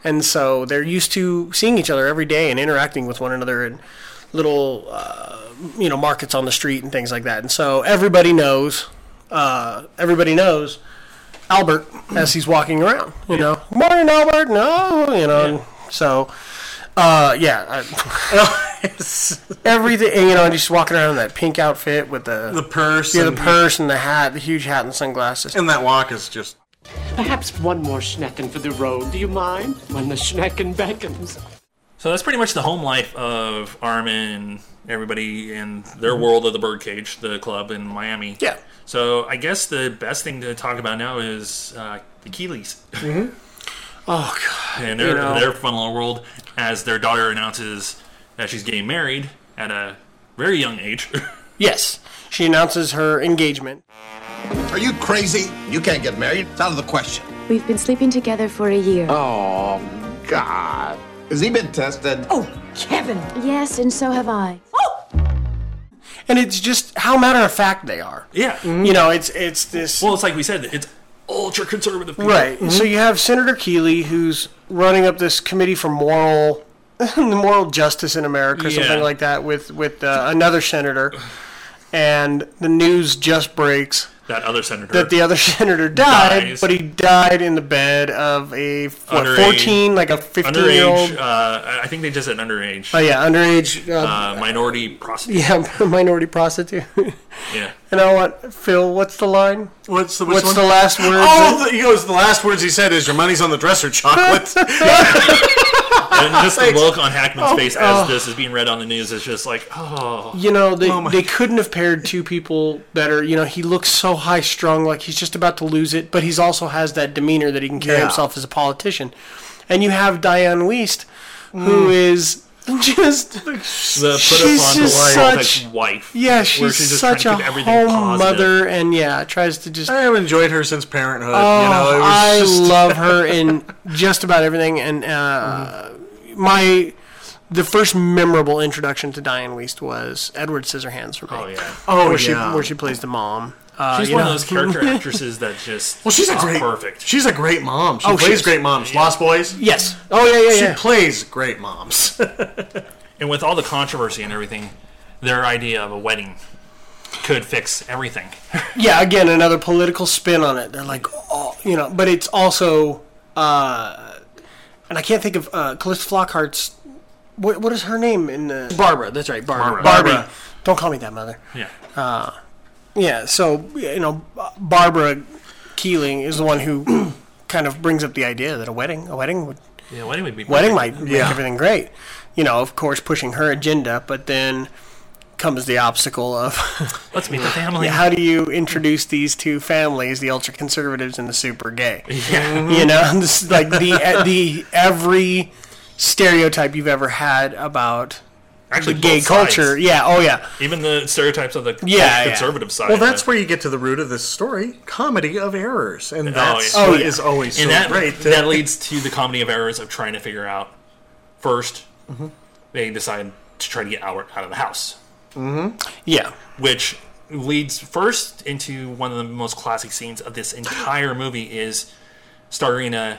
Speaker 3: and so they're used to seeing each other every day and interacting with one another and little uh, you know markets on the street and things like that. And so everybody knows, uh, everybody knows Albert as he's walking around. You know, morning Albert. No, you know. and So, uh, yeah, I, everything. and, You know, just walking around in that pink outfit with the
Speaker 1: The purse.
Speaker 3: yeah, the
Speaker 1: and-
Speaker 3: purse and the hat, the huge hat and sunglasses.
Speaker 1: And that walk is just.
Speaker 5: Perhaps one more schnecken for the road, do you mind? When the schnecken beckons.
Speaker 2: So that's pretty much the home life of Armin and everybody in their world of the Birdcage, the club in Miami.
Speaker 3: Mm-hmm. Yeah.
Speaker 2: So I guess the best thing to talk about now is uh, the Keeleys. Mm-hmm.
Speaker 3: oh god.
Speaker 2: and their,
Speaker 3: You know.
Speaker 2: their fun little world as their daughter announces that she's getting married at a very young age.
Speaker 3: Yes, she announces her engagement.
Speaker 8: Are you crazy? You can't get married. It's out of the question.
Speaker 9: We've been sleeping together for a year.
Speaker 8: Oh, God. Has he been tested?
Speaker 9: Yes, and so have I.
Speaker 3: And it's just how matter of fact they are.
Speaker 2: yeah.
Speaker 3: You know, it's it's this
Speaker 2: Well, it's like we said, it's ultra conservative. people.
Speaker 3: Right. So you have Senator Keeley, who's running up this committee for moral, moral justice in America, or
Speaker 2: Yeah.
Speaker 3: something like that, with with uh, another senator. And the news just breaks
Speaker 2: That other senator.
Speaker 3: that the other senator died,
Speaker 2: Dies.
Speaker 3: but he died in the bed of a what,
Speaker 2: Underage.
Speaker 3: fourteen, like a fifteen year old.
Speaker 2: underage. Uh, I think they just said underage.
Speaker 3: oh yeah, underage. Uh,
Speaker 2: Uh, minority prostitute.
Speaker 3: yeah, minority prostitute.
Speaker 2: Yeah.
Speaker 3: and I want Phil. What's the line?
Speaker 1: What's the which
Speaker 3: What's
Speaker 1: one?
Speaker 3: the last word?
Speaker 1: Oh, the, he goes. The last words he said is, "Your money's on the dresser, chocolate."
Speaker 2: And just the look on Hackman's
Speaker 3: oh,
Speaker 2: face as this is being read on the news is just like, oh.
Speaker 3: You know, they,
Speaker 1: my
Speaker 3: they couldn't have paired two people better. You know, he looks so high strung, like he's just about to lose it, but he's also has that demeanor that he can carry
Speaker 1: Yeah.
Speaker 3: himself as a politician. And you have Diane Weist,
Speaker 2: Hmm.
Speaker 3: who is just
Speaker 2: The put
Speaker 3: She's
Speaker 2: upon
Speaker 3: just
Speaker 2: the
Speaker 3: such-
Speaker 2: wife.
Speaker 3: yeah,
Speaker 2: where
Speaker 3: she's,
Speaker 2: trying
Speaker 3: such
Speaker 2: to
Speaker 3: a
Speaker 2: keep everything
Speaker 3: home
Speaker 2: positive.
Speaker 3: mother, and yeah, tries to just.
Speaker 1: I have enjoyed her since Parenthood. you know, it
Speaker 3: Oh,
Speaker 1: was
Speaker 3: I
Speaker 1: just,
Speaker 3: love her in just about everything, and uh,
Speaker 2: Hmm.
Speaker 3: my the first memorable introduction to Diane Weist was Edward Scissorhands for me.
Speaker 2: Oh, yeah.
Speaker 1: Oh
Speaker 3: where
Speaker 1: yeah.
Speaker 3: she where she plays the mom. Uh,
Speaker 2: She's
Speaker 3: you
Speaker 2: one
Speaker 3: know.
Speaker 2: of those character actresses that just
Speaker 1: Well, she's a
Speaker 2: not
Speaker 1: great.
Speaker 2: perfect.
Speaker 1: She's a great mom. She
Speaker 3: Oh, she
Speaker 1: plays
Speaker 3: is.
Speaker 1: great moms. Lost Boys.
Speaker 3: Yes. Oh yeah, yeah,
Speaker 1: She
Speaker 3: yeah.
Speaker 1: plays great moms.
Speaker 2: and with all the controversy and everything, their idea of a wedding could fix everything.
Speaker 3: yeah, again, another political spin on it. They're like, oh, you know, but it's also, uh, and I can't think of uh, Calista Flockhart's. What, what is her name in the Barbara? That's right, Barbara.
Speaker 2: Barbara.
Speaker 3: Barbara. Don't call me that, mother.
Speaker 2: Yeah.
Speaker 3: Yeah. So you know, Barbara Keeling is the one who kind of brings up the idea that a wedding, a wedding would
Speaker 2: yeah, wedding would be
Speaker 3: wedding might make
Speaker 1: Yeah.
Speaker 3: everything great. You know, of course, pushing her agenda, but then comes the obstacle of
Speaker 2: Let's meet the family.
Speaker 3: how do you introduce these two families, the ultra conservatives and the super gay? You
Speaker 1: Mm-hmm.
Speaker 3: know, this is like the e, the every stereotype you've ever had about
Speaker 2: Actually,
Speaker 3: the gay
Speaker 2: both sides.
Speaker 3: culture. Yeah. Oh yeah.
Speaker 2: Even the stereotypes of the
Speaker 3: Yeah, yeah.
Speaker 2: conservative side.
Speaker 1: well, that's
Speaker 2: where
Speaker 1: where you get to the root of this story: comedy of errors, and that's
Speaker 2: yeah.
Speaker 3: Oh,
Speaker 1: what
Speaker 3: yeah.
Speaker 1: is always so
Speaker 2: and that
Speaker 1: great.
Speaker 2: that leads to the comedy of errors of trying to figure out 1st They decide to try to get Albert out of the house,
Speaker 3: Yeah.
Speaker 2: which leads first into one of the most classic scenes of this entire movie is Starina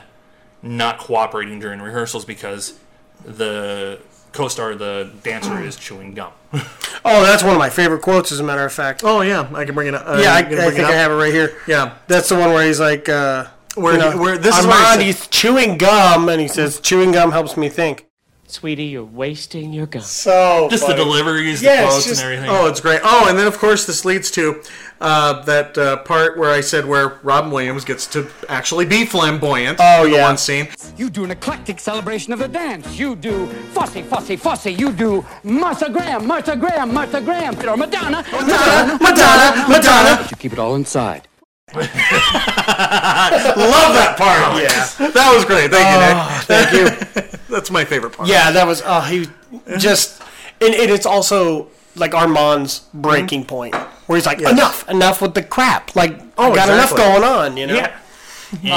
Speaker 2: not cooperating during rehearsals because the co-star, the dancer, is chewing gum.
Speaker 3: Oh, that's one of my favorite quotes. As a matter of fact.
Speaker 1: Oh yeah, I can bring it up. Uh,
Speaker 3: yeah, I, I
Speaker 1: you can bring it
Speaker 3: think I
Speaker 1: up.
Speaker 3: have it right here.
Speaker 1: Yeah.
Speaker 3: That's the one where he's like, uh,
Speaker 1: Where-
Speaker 3: you know,
Speaker 1: where- this is where he
Speaker 3: Armand,
Speaker 1: said-
Speaker 3: he's chewing gum, and he says, chewing gum helps me think.
Speaker 5: Sweetie, you're wasting your gum.
Speaker 3: So
Speaker 2: Just the deliveries, the
Speaker 3: Yeah, it's
Speaker 2: clothes,
Speaker 3: just-
Speaker 2: and everything.
Speaker 1: Oh, it's great. Oh, and then of course this leads to uh, that uh, part where I said where Robin Williams gets to actually be flamboyant.
Speaker 3: Oh,
Speaker 1: the
Speaker 3: yeah.
Speaker 1: one scene.
Speaker 4: You do an eclectic celebration of the dance. You do fussy, fussy, fussy. You do Martha Graham, Martha Graham, Martha Graham, or Madonna.
Speaker 3: Madonna, Madonna, Madonna.
Speaker 4: You keep it all inside.
Speaker 1: Love that part. yeah, that was great. Thank you, Nick.
Speaker 3: Thank you.
Speaker 1: That's my favorite part.
Speaker 3: Yeah, that was. Oh, he just, and, and it's also like Armand's breaking point where he's like,
Speaker 1: Yes.
Speaker 3: enough, enough with the crap. Like, oh, got enough
Speaker 1: exactly.
Speaker 3: going on, you know.
Speaker 2: Yeah. And th-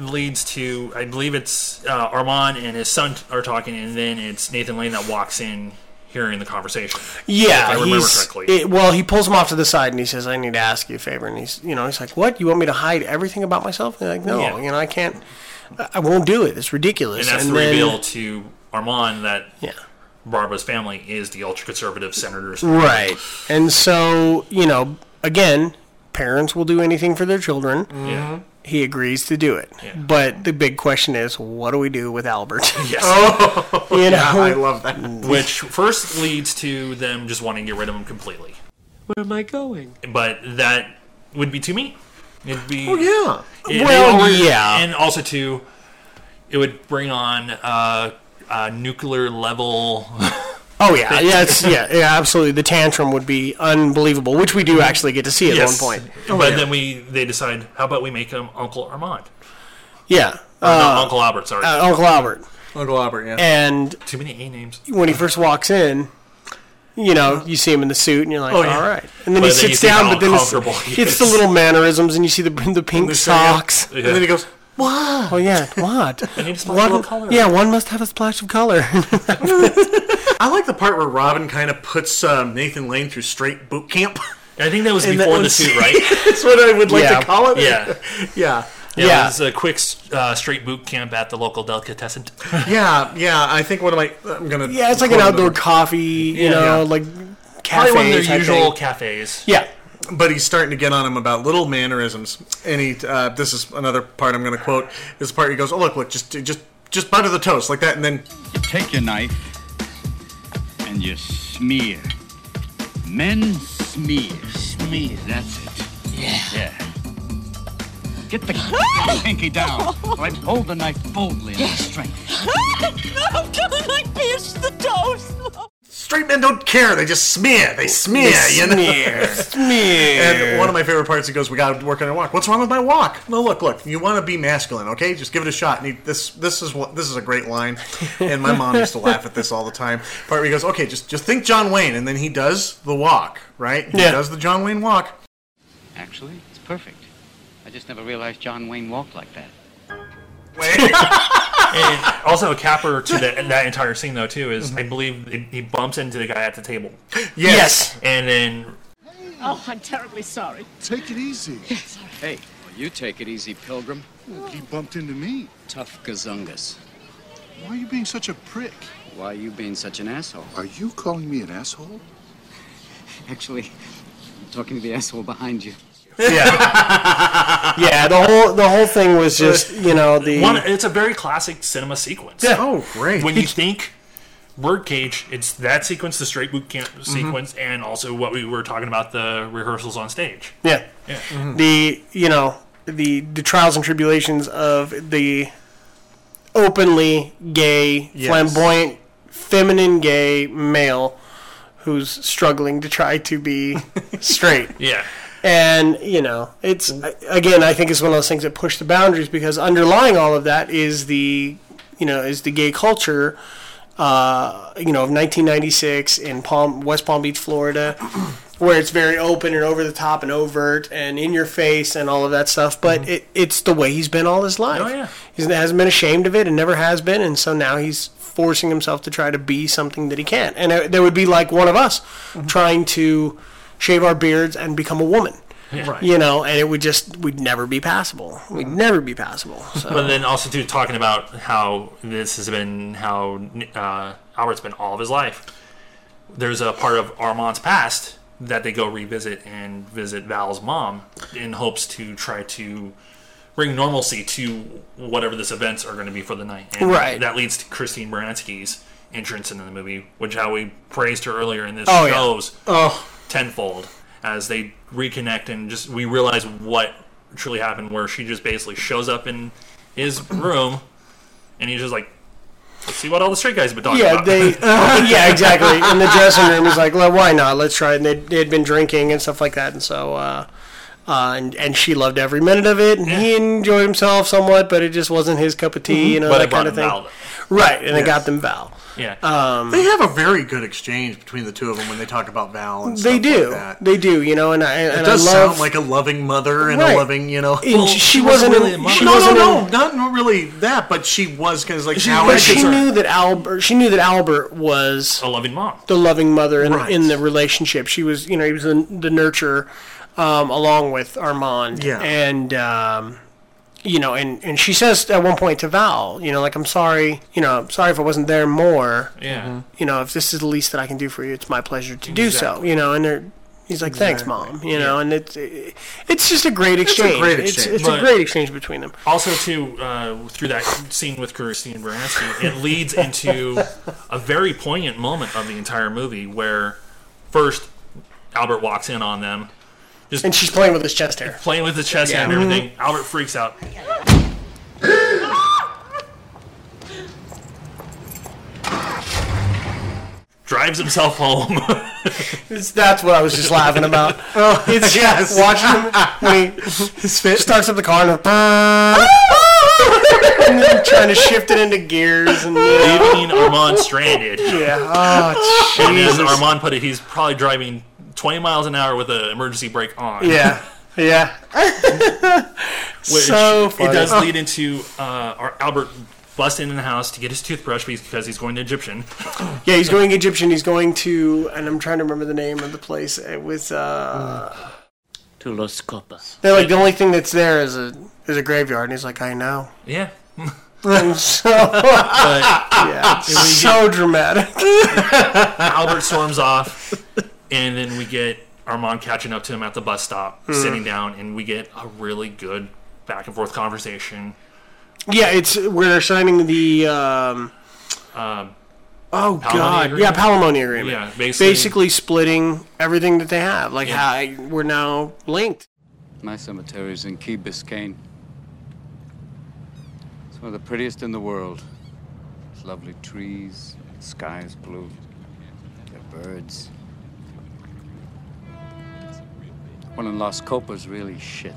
Speaker 2: Uh, leads to, I believe it's uh, Armand and his son t- are talking, and then it's Nathan Lane that walks in hearing the conversation.
Speaker 3: Yeah,
Speaker 2: If I remember
Speaker 3: he's-
Speaker 2: correctly.
Speaker 3: it- well, he pulls him off to the side and he says, "I need to ask you a favor." And he's, you know, he's like, "What? You want me to hide everything about myself?" And they're like, "No,
Speaker 2: Yeah.
Speaker 3: you know, I can't. I- I won't do it. It's
Speaker 2: And
Speaker 3: ridiculous."
Speaker 2: that's the
Speaker 3: then-
Speaker 2: reveal to Armand that
Speaker 3: Yeah.
Speaker 2: Barbara's family is the ultra conservative senators.
Speaker 3: Right. And so, you know, again, parents will do anything for their children.
Speaker 2: Yeah.
Speaker 3: He agrees to do it.
Speaker 2: Yeah.
Speaker 3: But the big question is, what do we do with Albert? Oh,
Speaker 2: Yes.
Speaker 3: you know,
Speaker 1: I love that.
Speaker 2: Which first leads to them just wanting to get rid of him completely.
Speaker 5: Where am I going?
Speaker 2: But that would be to me. It'd be. Oh,
Speaker 1: Yeah.
Speaker 3: Well, yeah.
Speaker 2: And also, too, it would bring on uh, a nuclear level.
Speaker 3: Oh yeah, yeah, it's, yeah, yeah, absolutely. The tantrum would be unbelievable, which we
Speaker 2: Mm-hmm.
Speaker 3: do actually get to see at one point.
Speaker 2: but then we they decide, how about we make him Uncle Armand?
Speaker 3: Yeah,
Speaker 2: No,
Speaker 3: uh,
Speaker 2: Uncle Albert, sorry.
Speaker 3: uh, Uncle Albert.
Speaker 1: Uncle Albert. Yeah.
Speaker 3: And
Speaker 2: Too many A names.
Speaker 3: when he first walks in,
Speaker 2: Mm-hmm.
Speaker 3: you know, you see him in the suit, and you're like,
Speaker 1: Oh, yeah.
Speaker 3: all right. And then
Speaker 2: But
Speaker 3: he
Speaker 2: then you
Speaker 3: sits
Speaker 2: see
Speaker 3: down,
Speaker 2: how
Speaker 3: but then it's,
Speaker 2: uncomfortable he
Speaker 3: it's
Speaker 2: is.
Speaker 3: the little mannerisms, and you see the the pink
Speaker 1: the cigarette.
Speaker 3: socks.
Speaker 1: And then he goes, "Wow."
Speaker 3: Oh yeah, what?
Speaker 2: need a splash of
Speaker 3: One-
Speaker 2: color.
Speaker 3: Yeah, one must have a splash of color.
Speaker 1: I like the part where Robin kind of puts um, Nathan Lane through straight boot camp.
Speaker 2: I think that was
Speaker 1: And that
Speaker 2: before the
Speaker 1: was-
Speaker 2: suit, right?
Speaker 1: That's what I would like
Speaker 3: Yeah.
Speaker 1: to call it.
Speaker 2: Yeah.
Speaker 1: Yeah.
Speaker 2: Yeah,
Speaker 3: Yeah.
Speaker 2: it was a quick uh, straight boot camp at the local delicatessen.
Speaker 1: Yeah, yeah. I think one of my I'm gonna
Speaker 3: yeah, it's like an
Speaker 1: quote him.
Speaker 3: outdoor coffee, you
Speaker 2: Yeah.
Speaker 3: know,
Speaker 2: Yeah.
Speaker 3: like cafe
Speaker 2: Probably one of their
Speaker 3: type
Speaker 2: usual
Speaker 3: thing.
Speaker 2: cafes.
Speaker 3: Yeah,
Speaker 1: but he's starting to get on him about little mannerisms. And he, uh, this is another part I'm going to quote. This is the part where he goes, "Oh look, look, just, just, just butter the toast like that," and then
Speaker 10: Take your knife and you smear. Men smear. Smear. That's it. Yeah. Yeah. Get the
Speaker 11: Ah!
Speaker 10: pinky down. Right, hold the knife boldly and with strength.
Speaker 5: no, don't like me. It's the toast.
Speaker 1: straight men don't care. They just smear. They smear. you know? And one of my favorite parts, he goes, "We got to work on our walk. What's wrong with my walk? No, look, look. You want to be masculine, okay? Just give it a shot." And he, this, this is what this is a great line. And my mom used to laugh at this all the time. Part where he goes, "Okay, just, just think John Wayne," and then he does the walk. Right? He
Speaker 3: Yeah.
Speaker 1: does the John Wayne walk.
Speaker 4: Actually, it's perfect. I just never realized John Wayne walked like that.
Speaker 2: And also a capper to that, that entire scene, though, too, is I believe he- he bumps into the guy at the table.
Speaker 3: Yes.
Speaker 2: And then
Speaker 5: Oh, I'm terribly sorry.
Speaker 12: Take it easy.
Speaker 11: Hey, well, you take it easy, Pilgrim.
Speaker 12: He bumped into me.
Speaker 11: Tough gazungas.
Speaker 12: Why are you being such a prick?
Speaker 11: Why are you being such an asshole?
Speaker 12: Are you calling me an asshole?
Speaker 11: Actually, I'm talking to the asshole behind you.
Speaker 3: Yeah. yeah, the whole the whole thing was just, you know, the
Speaker 2: One, it's a very classic cinema sequence.
Speaker 3: Yeah. Oh, great.
Speaker 2: When you think Birdcage, it's that sequence, the straight boot camp sequence, and also what we were talking about the rehearsals on stage.
Speaker 3: Yeah.
Speaker 2: Yeah. mm-hmm.
Speaker 3: The you know the the trials and tribulations of the openly gay,
Speaker 2: Yes.
Speaker 3: flamboyant, feminine gay male who's struggling to try to be straight.
Speaker 2: Yeah.
Speaker 3: And you know, it's
Speaker 2: Mm.
Speaker 3: I- again, I think it's one of those things that push the boundaries because underlying all of that is the you know is the gay culture. Uh, you know, of 1996 in Palm, West Palm Beach, Florida, where it's very open and over the top and overt and in your face and all of that stuff. But it, it's the way he's been all his life.
Speaker 2: Mm-hmm. Oh, yeah.
Speaker 3: He hasn't been ashamed of it and never has been. And so now he's forcing himself to try to be something that he can't. And it, there would be like one of us
Speaker 2: Mm-hmm.
Speaker 3: trying to shave our beards and become a woman.
Speaker 2: Yeah. Right.
Speaker 3: You know, and it would just, we'd never be passable. We'd never be passable. So.
Speaker 2: But then also too talking about how this has been how uh, Albert's been all of his life. There's a part of Armand's past that they go revisit and visit Val's mom in hopes to try to bring normalcy to whatever this events are going to be for the night. And
Speaker 3: Right.
Speaker 2: That leads to Christine Baranski's entrance into the movie, which how we praised her earlier in this
Speaker 3: Oh, yeah.
Speaker 2: shows
Speaker 3: Oh.
Speaker 2: tenfold as they reconnect and just we realize what truly happened where she just basically shows up in his room and he's just like let's see what all the straight guys have been talking
Speaker 3: yeah,
Speaker 2: about
Speaker 3: they. yeah, exactly. In the dressing room, he's like, "Well, why not? Let's try." it." And they they had been drinking and stuff like that, and so. Uh, uh, and, and she loved every minute of it, and he enjoyed himself somewhat, but it just wasn't his cup of tea, you know,
Speaker 2: But it
Speaker 3: that kind of
Speaker 2: brought
Speaker 3: thing.
Speaker 2: him
Speaker 3: Right, and it
Speaker 1: Yes.
Speaker 3: got them Val.
Speaker 2: Yeah.
Speaker 3: Um,
Speaker 1: they have a very good exchange between the two of them when they talk about Val and
Speaker 3: They
Speaker 1: stuff
Speaker 3: do,
Speaker 1: like that.
Speaker 3: they do, you know, and I and
Speaker 1: it does
Speaker 3: I love
Speaker 1: sound like a loving mother and
Speaker 3: Right.
Speaker 1: a loving, you know.
Speaker 3: And Well, she she wasn't wasn't in- really a mother. she
Speaker 1: no,
Speaker 3: wasn't
Speaker 1: no, no,
Speaker 3: in-
Speaker 1: not not really that, but she was because like
Speaker 3: She,
Speaker 1: how
Speaker 3: but
Speaker 1: is
Speaker 3: she
Speaker 1: concerned.
Speaker 3: knew that Albert. She knew that Albert was
Speaker 2: a loving mom,
Speaker 3: the loving mother in,
Speaker 1: Right.
Speaker 3: in the relationship. She was, you know, he was the, the nurturer um, along with Armand.
Speaker 1: Yeah.
Speaker 3: and um, you know, and and she says at one point to Val, you know, like I'm sorry, you know, I'm sorry if I wasn't there more.
Speaker 2: Yeah. Mhm.
Speaker 3: you know, if this is the least that I can do for you, it's my pleasure to do so.
Speaker 2: Exactly.
Speaker 3: You know, and they're. He's like, thanks,
Speaker 2: Exactly.
Speaker 3: mom. You know, and it's it, it's just a great
Speaker 2: It's a
Speaker 3: exchange.
Speaker 2: great
Speaker 3: It's,
Speaker 2: exchange.
Speaker 3: it's
Speaker 2: But-
Speaker 3: a great exchange between them.
Speaker 2: also too uh, through that scene with Christine Baranski, it leads into a very poignant moment of the entire movie where first Albert walks in on them just
Speaker 3: And she's playing with his chest hair.
Speaker 2: playing with his chest
Speaker 3: Yeah.
Speaker 2: and everything Albert freaks out drives himself home
Speaker 3: It's, that's what I was just laughing about. oh, it's
Speaker 1: yes.
Speaker 3: Watching him when he starts up the car and, and then trying to shift it into gears and
Speaker 2: leaving Armand stranded
Speaker 3: yeah. Oh,
Speaker 2: and as
Speaker 3: Jesus.
Speaker 2: Armand put it he's probably driving 20 miles an hour with an emergency brake on
Speaker 3: yeah, yeah.
Speaker 2: Which
Speaker 3: so funny.
Speaker 2: it does lead into uh, our Albert busting in the house to get his toothbrush because he's going to Egyptian.
Speaker 3: Yeah, he's going Egyptian. He's going to, and I'm trying to remember the name of the place. It was. Uh,
Speaker 5: To Los Copas.
Speaker 3: they're like the only thing that's there is a is a graveyard, and he's like, I know.
Speaker 2: Yeah.
Speaker 3: And so
Speaker 2: But
Speaker 3: yeah, it's so dramatic.
Speaker 2: Albert storms off, and then we get Armand catching up to him at the bus stop,
Speaker 3: Mhm.
Speaker 2: sitting down, and we get a really good back and forth conversation.
Speaker 3: Yeah, it's where they're signing the. Um,
Speaker 2: Um,
Speaker 3: oh
Speaker 2: Palimony
Speaker 3: God,
Speaker 2: agreement?
Speaker 3: yeah, Palimony agreement.
Speaker 2: Yeah,
Speaker 3: basically,
Speaker 2: basically-
Speaker 3: splitting everything that they have. Like how we're now linked.
Speaker 11: My cemetery is in Key Biscayne. It's one of the prettiest in the world. It's lovely trees, sky is blue, there are birds. One in Las Copas really shit.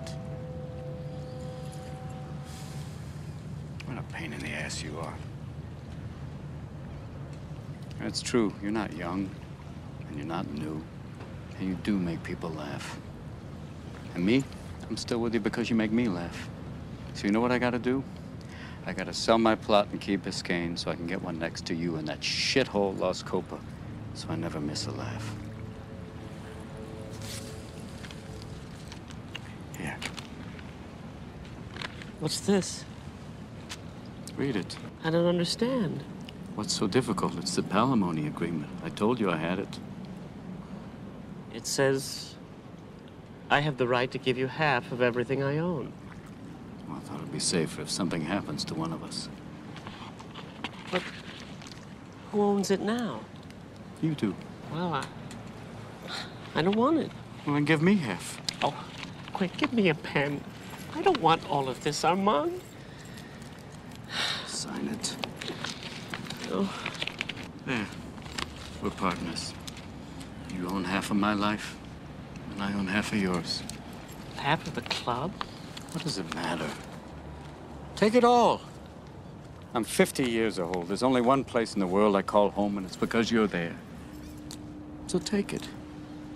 Speaker 11: What a pain in the ass you are. That's true, you're not young, and you're not new, and you do make people laugh. And me, I'm still with you because you make me laugh. So you know what I gotta do? I gotta sell my plot in Key Biscayne so I can get one next to you in that shithole Las Copa so I never miss a laugh.
Speaker 5: What's this?
Speaker 11: Read it.
Speaker 5: I don't understand.
Speaker 11: What's so difficult? It's the palimony agreement. I told you I had it.
Speaker 5: It says I have the right to give you half of everything I own.
Speaker 11: Well, I thought it'd be safer if something happens to one of us.
Speaker 5: But who owns it now?
Speaker 11: You do.
Speaker 5: Well, I, I don't want it.
Speaker 11: Well, then give me half.
Speaker 5: Oh, quick, give me a pen. I don't want all of this, Armand.
Speaker 11: Sign it.
Speaker 5: Oh,
Speaker 11: There. We're partners. You own half of my life, and I own half of yours.
Speaker 5: half of the club?
Speaker 11: What does it matter? Take it all. I'm 50 years old. There's only one place in the world I call home, and it's because you're there. So take it.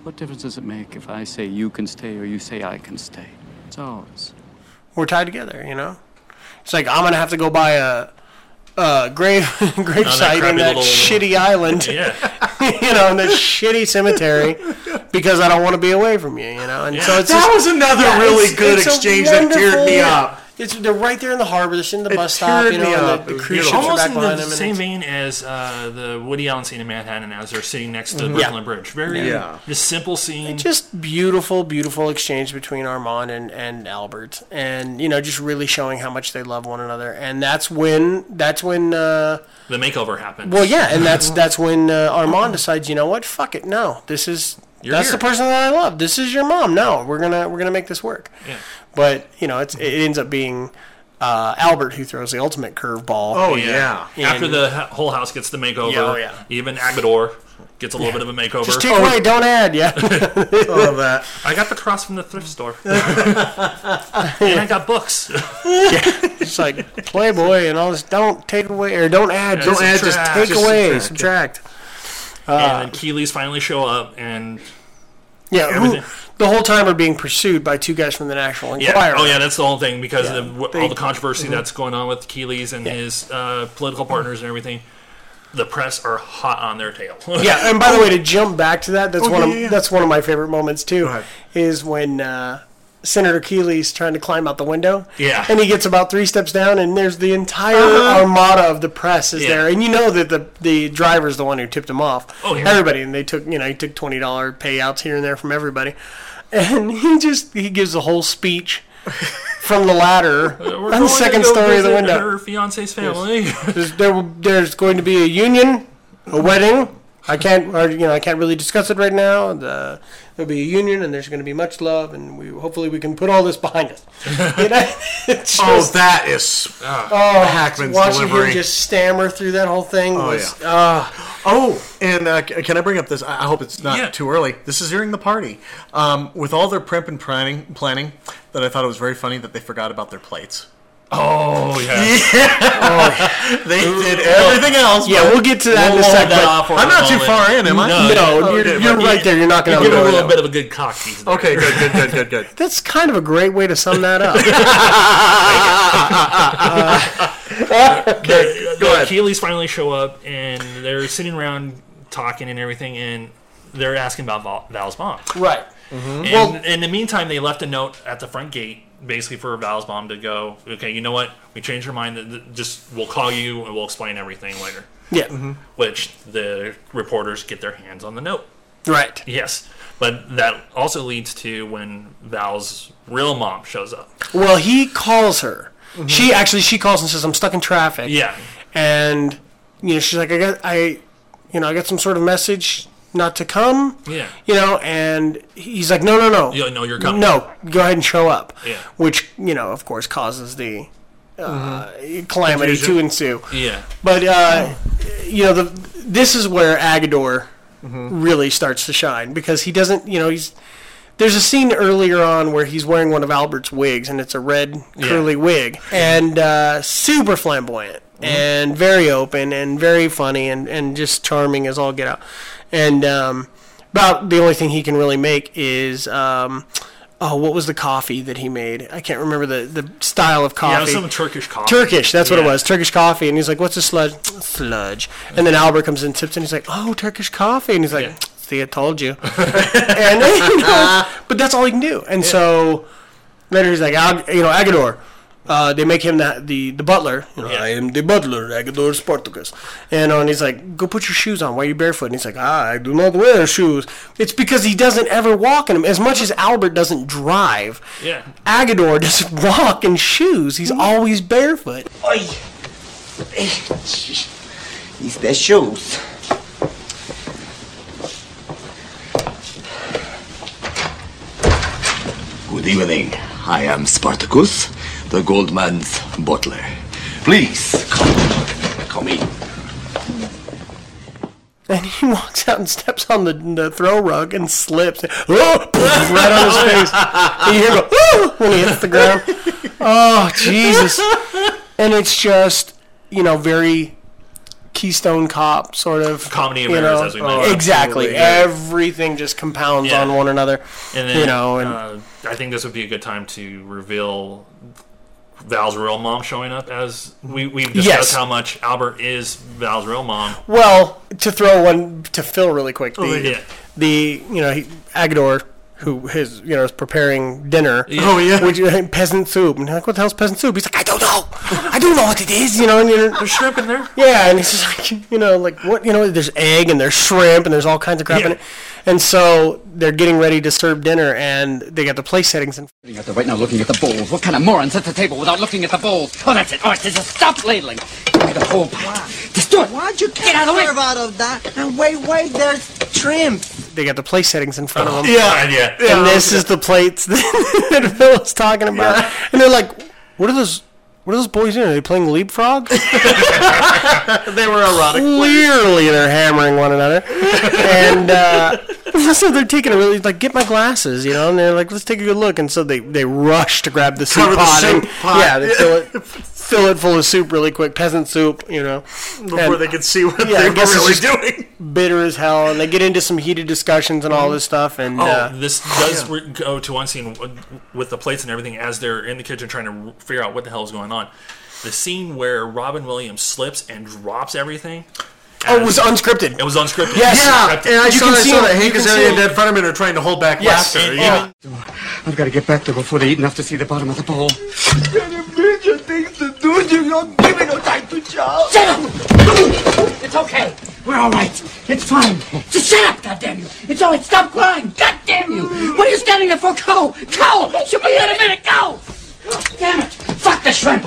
Speaker 11: What difference does it make if I say you can stay or you say I can stay? It's ours.
Speaker 3: We're tied together, you know. It's like I'm gonna have to go buy a, a grave grave site in
Speaker 2: crappy
Speaker 3: that
Speaker 2: little-
Speaker 3: shitty island,
Speaker 2: Yeah.
Speaker 3: you know, in that shitty cemetery, because I don't want to be away from you, you know. And so it's
Speaker 1: That
Speaker 3: just-
Speaker 1: was another
Speaker 3: yeah,
Speaker 1: really
Speaker 3: it's-
Speaker 1: good
Speaker 3: it's a
Speaker 1: exchange that teared me
Speaker 3: wonderful-
Speaker 1: up.
Speaker 3: It's they're right there in the harbor. They're sitting at the bus stop,
Speaker 1: teared
Speaker 3: you
Speaker 1: me
Speaker 3: know, and the,
Speaker 1: up. It
Speaker 3: the
Speaker 1: was
Speaker 3: cruise ships are
Speaker 2: Almost
Speaker 3: back
Speaker 2: in the
Speaker 3: behind them. and
Speaker 2: same
Speaker 3: it's-
Speaker 2: vein as uh, the Woody Allen scene in Manhattan as they're sitting next to the
Speaker 3: Mhm.
Speaker 2: Brooklyn
Speaker 3: Yeah.
Speaker 2: Bridge. Very
Speaker 3: Yeah.
Speaker 2: just simple scene.
Speaker 3: Just beautiful, beautiful exchange between Armand and, and Albert, and you know, just really showing how much they love one another. And that's when that's when uh,
Speaker 2: The makeover happens.
Speaker 3: Well, yeah, and that's that's when uh, Armand decides. You know what? Fuck it. No, this is
Speaker 2: You're
Speaker 3: that's
Speaker 2: here.
Speaker 3: the person that I love. This is your mom. No, we're gonna we're gonna make this work.
Speaker 2: Yeah.
Speaker 3: But you know, it's it ends up being uh, Albert who throws the ultimate curveball.
Speaker 2: Oh, After
Speaker 3: And
Speaker 2: the h- whole house gets the makeover,
Speaker 3: Yeah, oh, yeah.
Speaker 2: even Agador gets a little bit of a makeover.
Speaker 3: just take
Speaker 2: Oh.
Speaker 3: away, don't add. Yeah.
Speaker 2: love
Speaker 1: Oh, that.
Speaker 2: I got the cross from the thrift store. and I got books.
Speaker 3: It's like Playboy and all this. Don't take away or don't add.
Speaker 2: Yeah,
Speaker 3: don't add. Just
Speaker 2: subtract.
Speaker 3: take
Speaker 2: Just
Speaker 3: away.
Speaker 2: subtract.
Speaker 3: Subtract. Uh,
Speaker 2: and then Keeley's finally show up and
Speaker 3: Yeah. who-
Speaker 2: Everything.
Speaker 3: the whole time are being pursued by two guys from the National
Speaker 2: Yeah.
Speaker 3: Enquirer.
Speaker 2: Oh, yeah. That's the whole thing because of wh- all
Speaker 3: They-
Speaker 2: the controversy
Speaker 3: Mhm.
Speaker 2: that's going on with Keeley's and his uh, political partners and everything. The press are hot on their tail.
Speaker 3: yeah, and by the way, to jump back to that, that's
Speaker 2: Oh,
Speaker 3: one of
Speaker 2: yeah, yeah.
Speaker 3: that's one of my favorite moments too. Is when uh, Senator Keeley's trying to climb out the window.
Speaker 2: Yeah.
Speaker 3: and he gets about three steps down, and there's the entire
Speaker 2: Uh-huh.
Speaker 3: armada of the press is
Speaker 2: Yeah.
Speaker 3: there, and you know that the the driver's the one who tipped him off.
Speaker 2: Oh, yeah.
Speaker 3: everybody, and they took you know he took twenty dollar payouts here and there from everybody, and he just he gives a whole speech. From the ladder
Speaker 2: Uh, we're
Speaker 3: on the
Speaker 2: going
Speaker 3: second
Speaker 2: to go
Speaker 3: story of the
Speaker 2: visit
Speaker 3: window.
Speaker 2: Her fiance's family.
Speaker 3: There's, there, will- there's going to be a union, a wedding. I can't, or, you know, I can't really discuss it right now. The, there'll be a union, and there's going to be much love, and we hopefully we can put all this behind us. You know, it's
Speaker 1: Oh,
Speaker 3: just-
Speaker 1: that is uh,
Speaker 3: oh,
Speaker 1: Hackman's
Speaker 3: watching
Speaker 1: delivery.
Speaker 3: him just stammer through that whole thing
Speaker 1: Oh,
Speaker 3: was uh,
Speaker 1: yeah. oh, and uh, c- can I bring up this? I I hope it's not too early. This is during the party. Um, with all their primp and planning, planning, that I thought it was very funny that they forgot about their plates.
Speaker 2: Oh yeah.
Speaker 1: they did everything else.
Speaker 3: Yeah,
Speaker 1: but
Speaker 3: we'll get to that
Speaker 1: we'll
Speaker 3: in a
Speaker 1: hold
Speaker 3: sec.
Speaker 1: that
Speaker 3: but-
Speaker 1: off for I'm not too far in, am I?
Speaker 3: No, you're, you're right there. You're not going to
Speaker 2: give it a little bit of a good cock. tease there.
Speaker 1: Okay, good, good, good, good, good.
Speaker 3: That's kind of a great way to sum that up.
Speaker 2: the Keeley's finally show up and they're sitting around talking and everything, and they're asking about Val- Val's mom.
Speaker 3: right.
Speaker 2: And
Speaker 3: Well-
Speaker 2: in the meantime, they left a note at the front gate, basically for Val's mom to go. Okay, you know what? We changed our mind. th- th- Just we'll call you and we'll explain everything later.
Speaker 3: Yeah.
Speaker 1: Mm-hmm.
Speaker 2: Which the reporters get their hands on the note.
Speaker 3: Right.
Speaker 2: Yes, but that also leads to when Val's real mom shows up.
Speaker 3: Well, he calls her.
Speaker 1: Mm-hmm.
Speaker 3: She actually she calls and says, "I'm stuck in traffic."
Speaker 2: Yeah.
Speaker 3: and you know she's like, "I got I, you know, I got some sort of message not to come."
Speaker 2: Yeah.
Speaker 3: You know, and he's like, "No, no, no,
Speaker 2: Yeah, no, you're coming.
Speaker 3: No, go ahead and show up."
Speaker 2: Yeah.
Speaker 3: Which you know, of course, causes the uh,
Speaker 2: Mm-hmm.
Speaker 3: calamity to ensue.
Speaker 2: Yeah.
Speaker 3: But uh, you know, the this is where Agador really starts to shine because he doesn't. You know, he's there's a scene earlier on where he's wearing one of Albert's wigs, and it's a red
Speaker 13: Yeah.
Speaker 3: curly wig, and uh, super flamboyant and very open and very funny and and just charming as all get out, and um, about the only thing he can really make is. Um, Oh, what was the coffee that he made? I can't remember the, the style of coffee.
Speaker 2: Yeah, it was some Turkish coffee.
Speaker 3: Turkish, that's what it
Speaker 2: Yeah.
Speaker 3: was. Turkish coffee. And he's like, What's a sludge? Sludge. And then Albert comes in, tips, and he's like, Oh, Turkish coffee. And he's like, See, I told you. and, you know, but that's all he can do. And so later he's like, Ag- You know, Agador, Uh, they make him the the, the butler. You know, I am the butler, Agador Spartacus. And, uh, and he's like, go put your shoes on. Why are you barefoot? And he's like, ah, I do not wear shoes. It's because he doesn't ever walk in them. As much as Albert doesn't drive,
Speaker 2: Yeah.
Speaker 3: Agador doesn't walk in shoes. He's always barefoot.
Speaker 7: It's their shoes.
Speaker 8: Good evening. I am Spartacus, the Goldman's butler. Please, come, come in.
Speaker 3: And he walks out and steps on the, the throw rug and slips. Oh, right on his face. You hear him go, "Oh," when he hits the ground. Oh, Jesus. And it's just, you know, very Keystone Cop sort of.
Speaker 2: Comedy of
Speaker 3: you
Speaker 2: errors,
Speaker 3: know,
Speaker 2: as we mentioned. Absolutely,
Speaker 3: Exactly.
Speaker 2: yeah.
Speaker 3: Everything just compounds on one another.
Speaker 2: And then,
Speaker 3: you know, and
Speaker 2: uh, I think this would be a good time to reveal Val's real mom showing up as we, we've discussed
Speaker 3: Yes.
Speaker 2: how much Albert is Val's real mom.
Speaker 3: Well, to throw one to Phil really quick, the,
Speaker 2: Oh, yeah.
Speaker 3: the you know he, Agador, who his you know is preparing dinner.
Speaker 2: Yeah. Oh, yeah.
Speaker 3: which and peasant soup, and they're like, what the hell's peasant soup? He's like, I don't know, I don't know what it is, you know. And you're,
Speaker 2: there's shrimp in there.
Speaker 3: Yeah, and he's just like, you know, like what you know, there's egg and there's shrimp and there's all kinds of crap in
Speaker 2: Yeah.
Speaker 3: it. And so they're getting ready to serve dinner, and they got the place settings and
Speaker 6: Sitting out there right now looking at the bowls. What kind of moron sits at the table without looking at the bowls? Oh, that's it. All right, just stop ladling. Give me the whole pot. Just do it. Why'd you get out of the way? out of that. And wait, wait, there's shrimp.
Speaker 3: they got the place settings in
Speaker 2: Oh.
Speaker 3: front of them.
Speaker 2: Yeah, yeah.
Speaker 1: Oh,
Speaker 3: and this is the plates that Phil was talking about. And they're like, "What are those? What are those boys doing? Are they playing leapfrog?"
Speaker 1: they were erotic.
Speaker 3: Clearly, they're hammering one another. And uh, so they're taking a really like, "Get my glasses," you know. And they're like, "Let's take a good look." And so they they rush to grab the soup
Speaker 1: Cover the
Speaker 3: pot. and-
Speaker 1: soup pot.
Speaker 3: Yeah, they fill it. Fill it full of soup really quick, peasant soup, you know.
Speaker 1: Before they could see what
Speaker 3: I
Speaker 1: they were
Speaker 3: guess it's
Speaker 1: really
Speaker 3: just
Speaker 1: doing.
Speaker 3: Bitter as hell, and they get into some heated discussions and all this stuff. And
Speaker 2: Oh,
Speaker 3: uh,
Speaker 2: this does re- go to one scene w- with the plates and everything as they're in the kitchen trying to r- figure out what the hell is going on. The scene where Robin Williams slips and drops everything.
Speaker 3: Oh, it was unscripted.
Speaker 2: It was unscripted.
Speaker 3: Yes.
Speaker 2: Unscripted.
Speaker 1: Yeah, and I
Speaker 2: You
Speaker 1: saw,
Speaker 2: can
Speaker 1: I
Speaker 2: see
Speaker 1: saw
Speaker 2: him-
Speaker 1: that Hank
Speaker 2: you can see
Speaker 1: Azaria
Speaker 2: him-
Speaker 1: and Ned Fetterman are trying to hold back
Speaker 2: Yes.
Speaker 3: Oh,
Speaker 1: laughter.
Speaker 2: And
Speaker 1: yeah.
Speaker 2: even-
Speaker 6: I've got to get back there before they eat enough to see the bottom of the bowl.
Speaker 13: major things to do. You're not giving no time to Charles.
Speaker 6: Shut up! It's okay. We're all right. It's fine. Just shut up, goddamn you. It's all right. Stop crying. Goddamn you. What are you standing there for? Go. Go. She'll be here in a minute. Go. Damn it. Fuck the shrimp.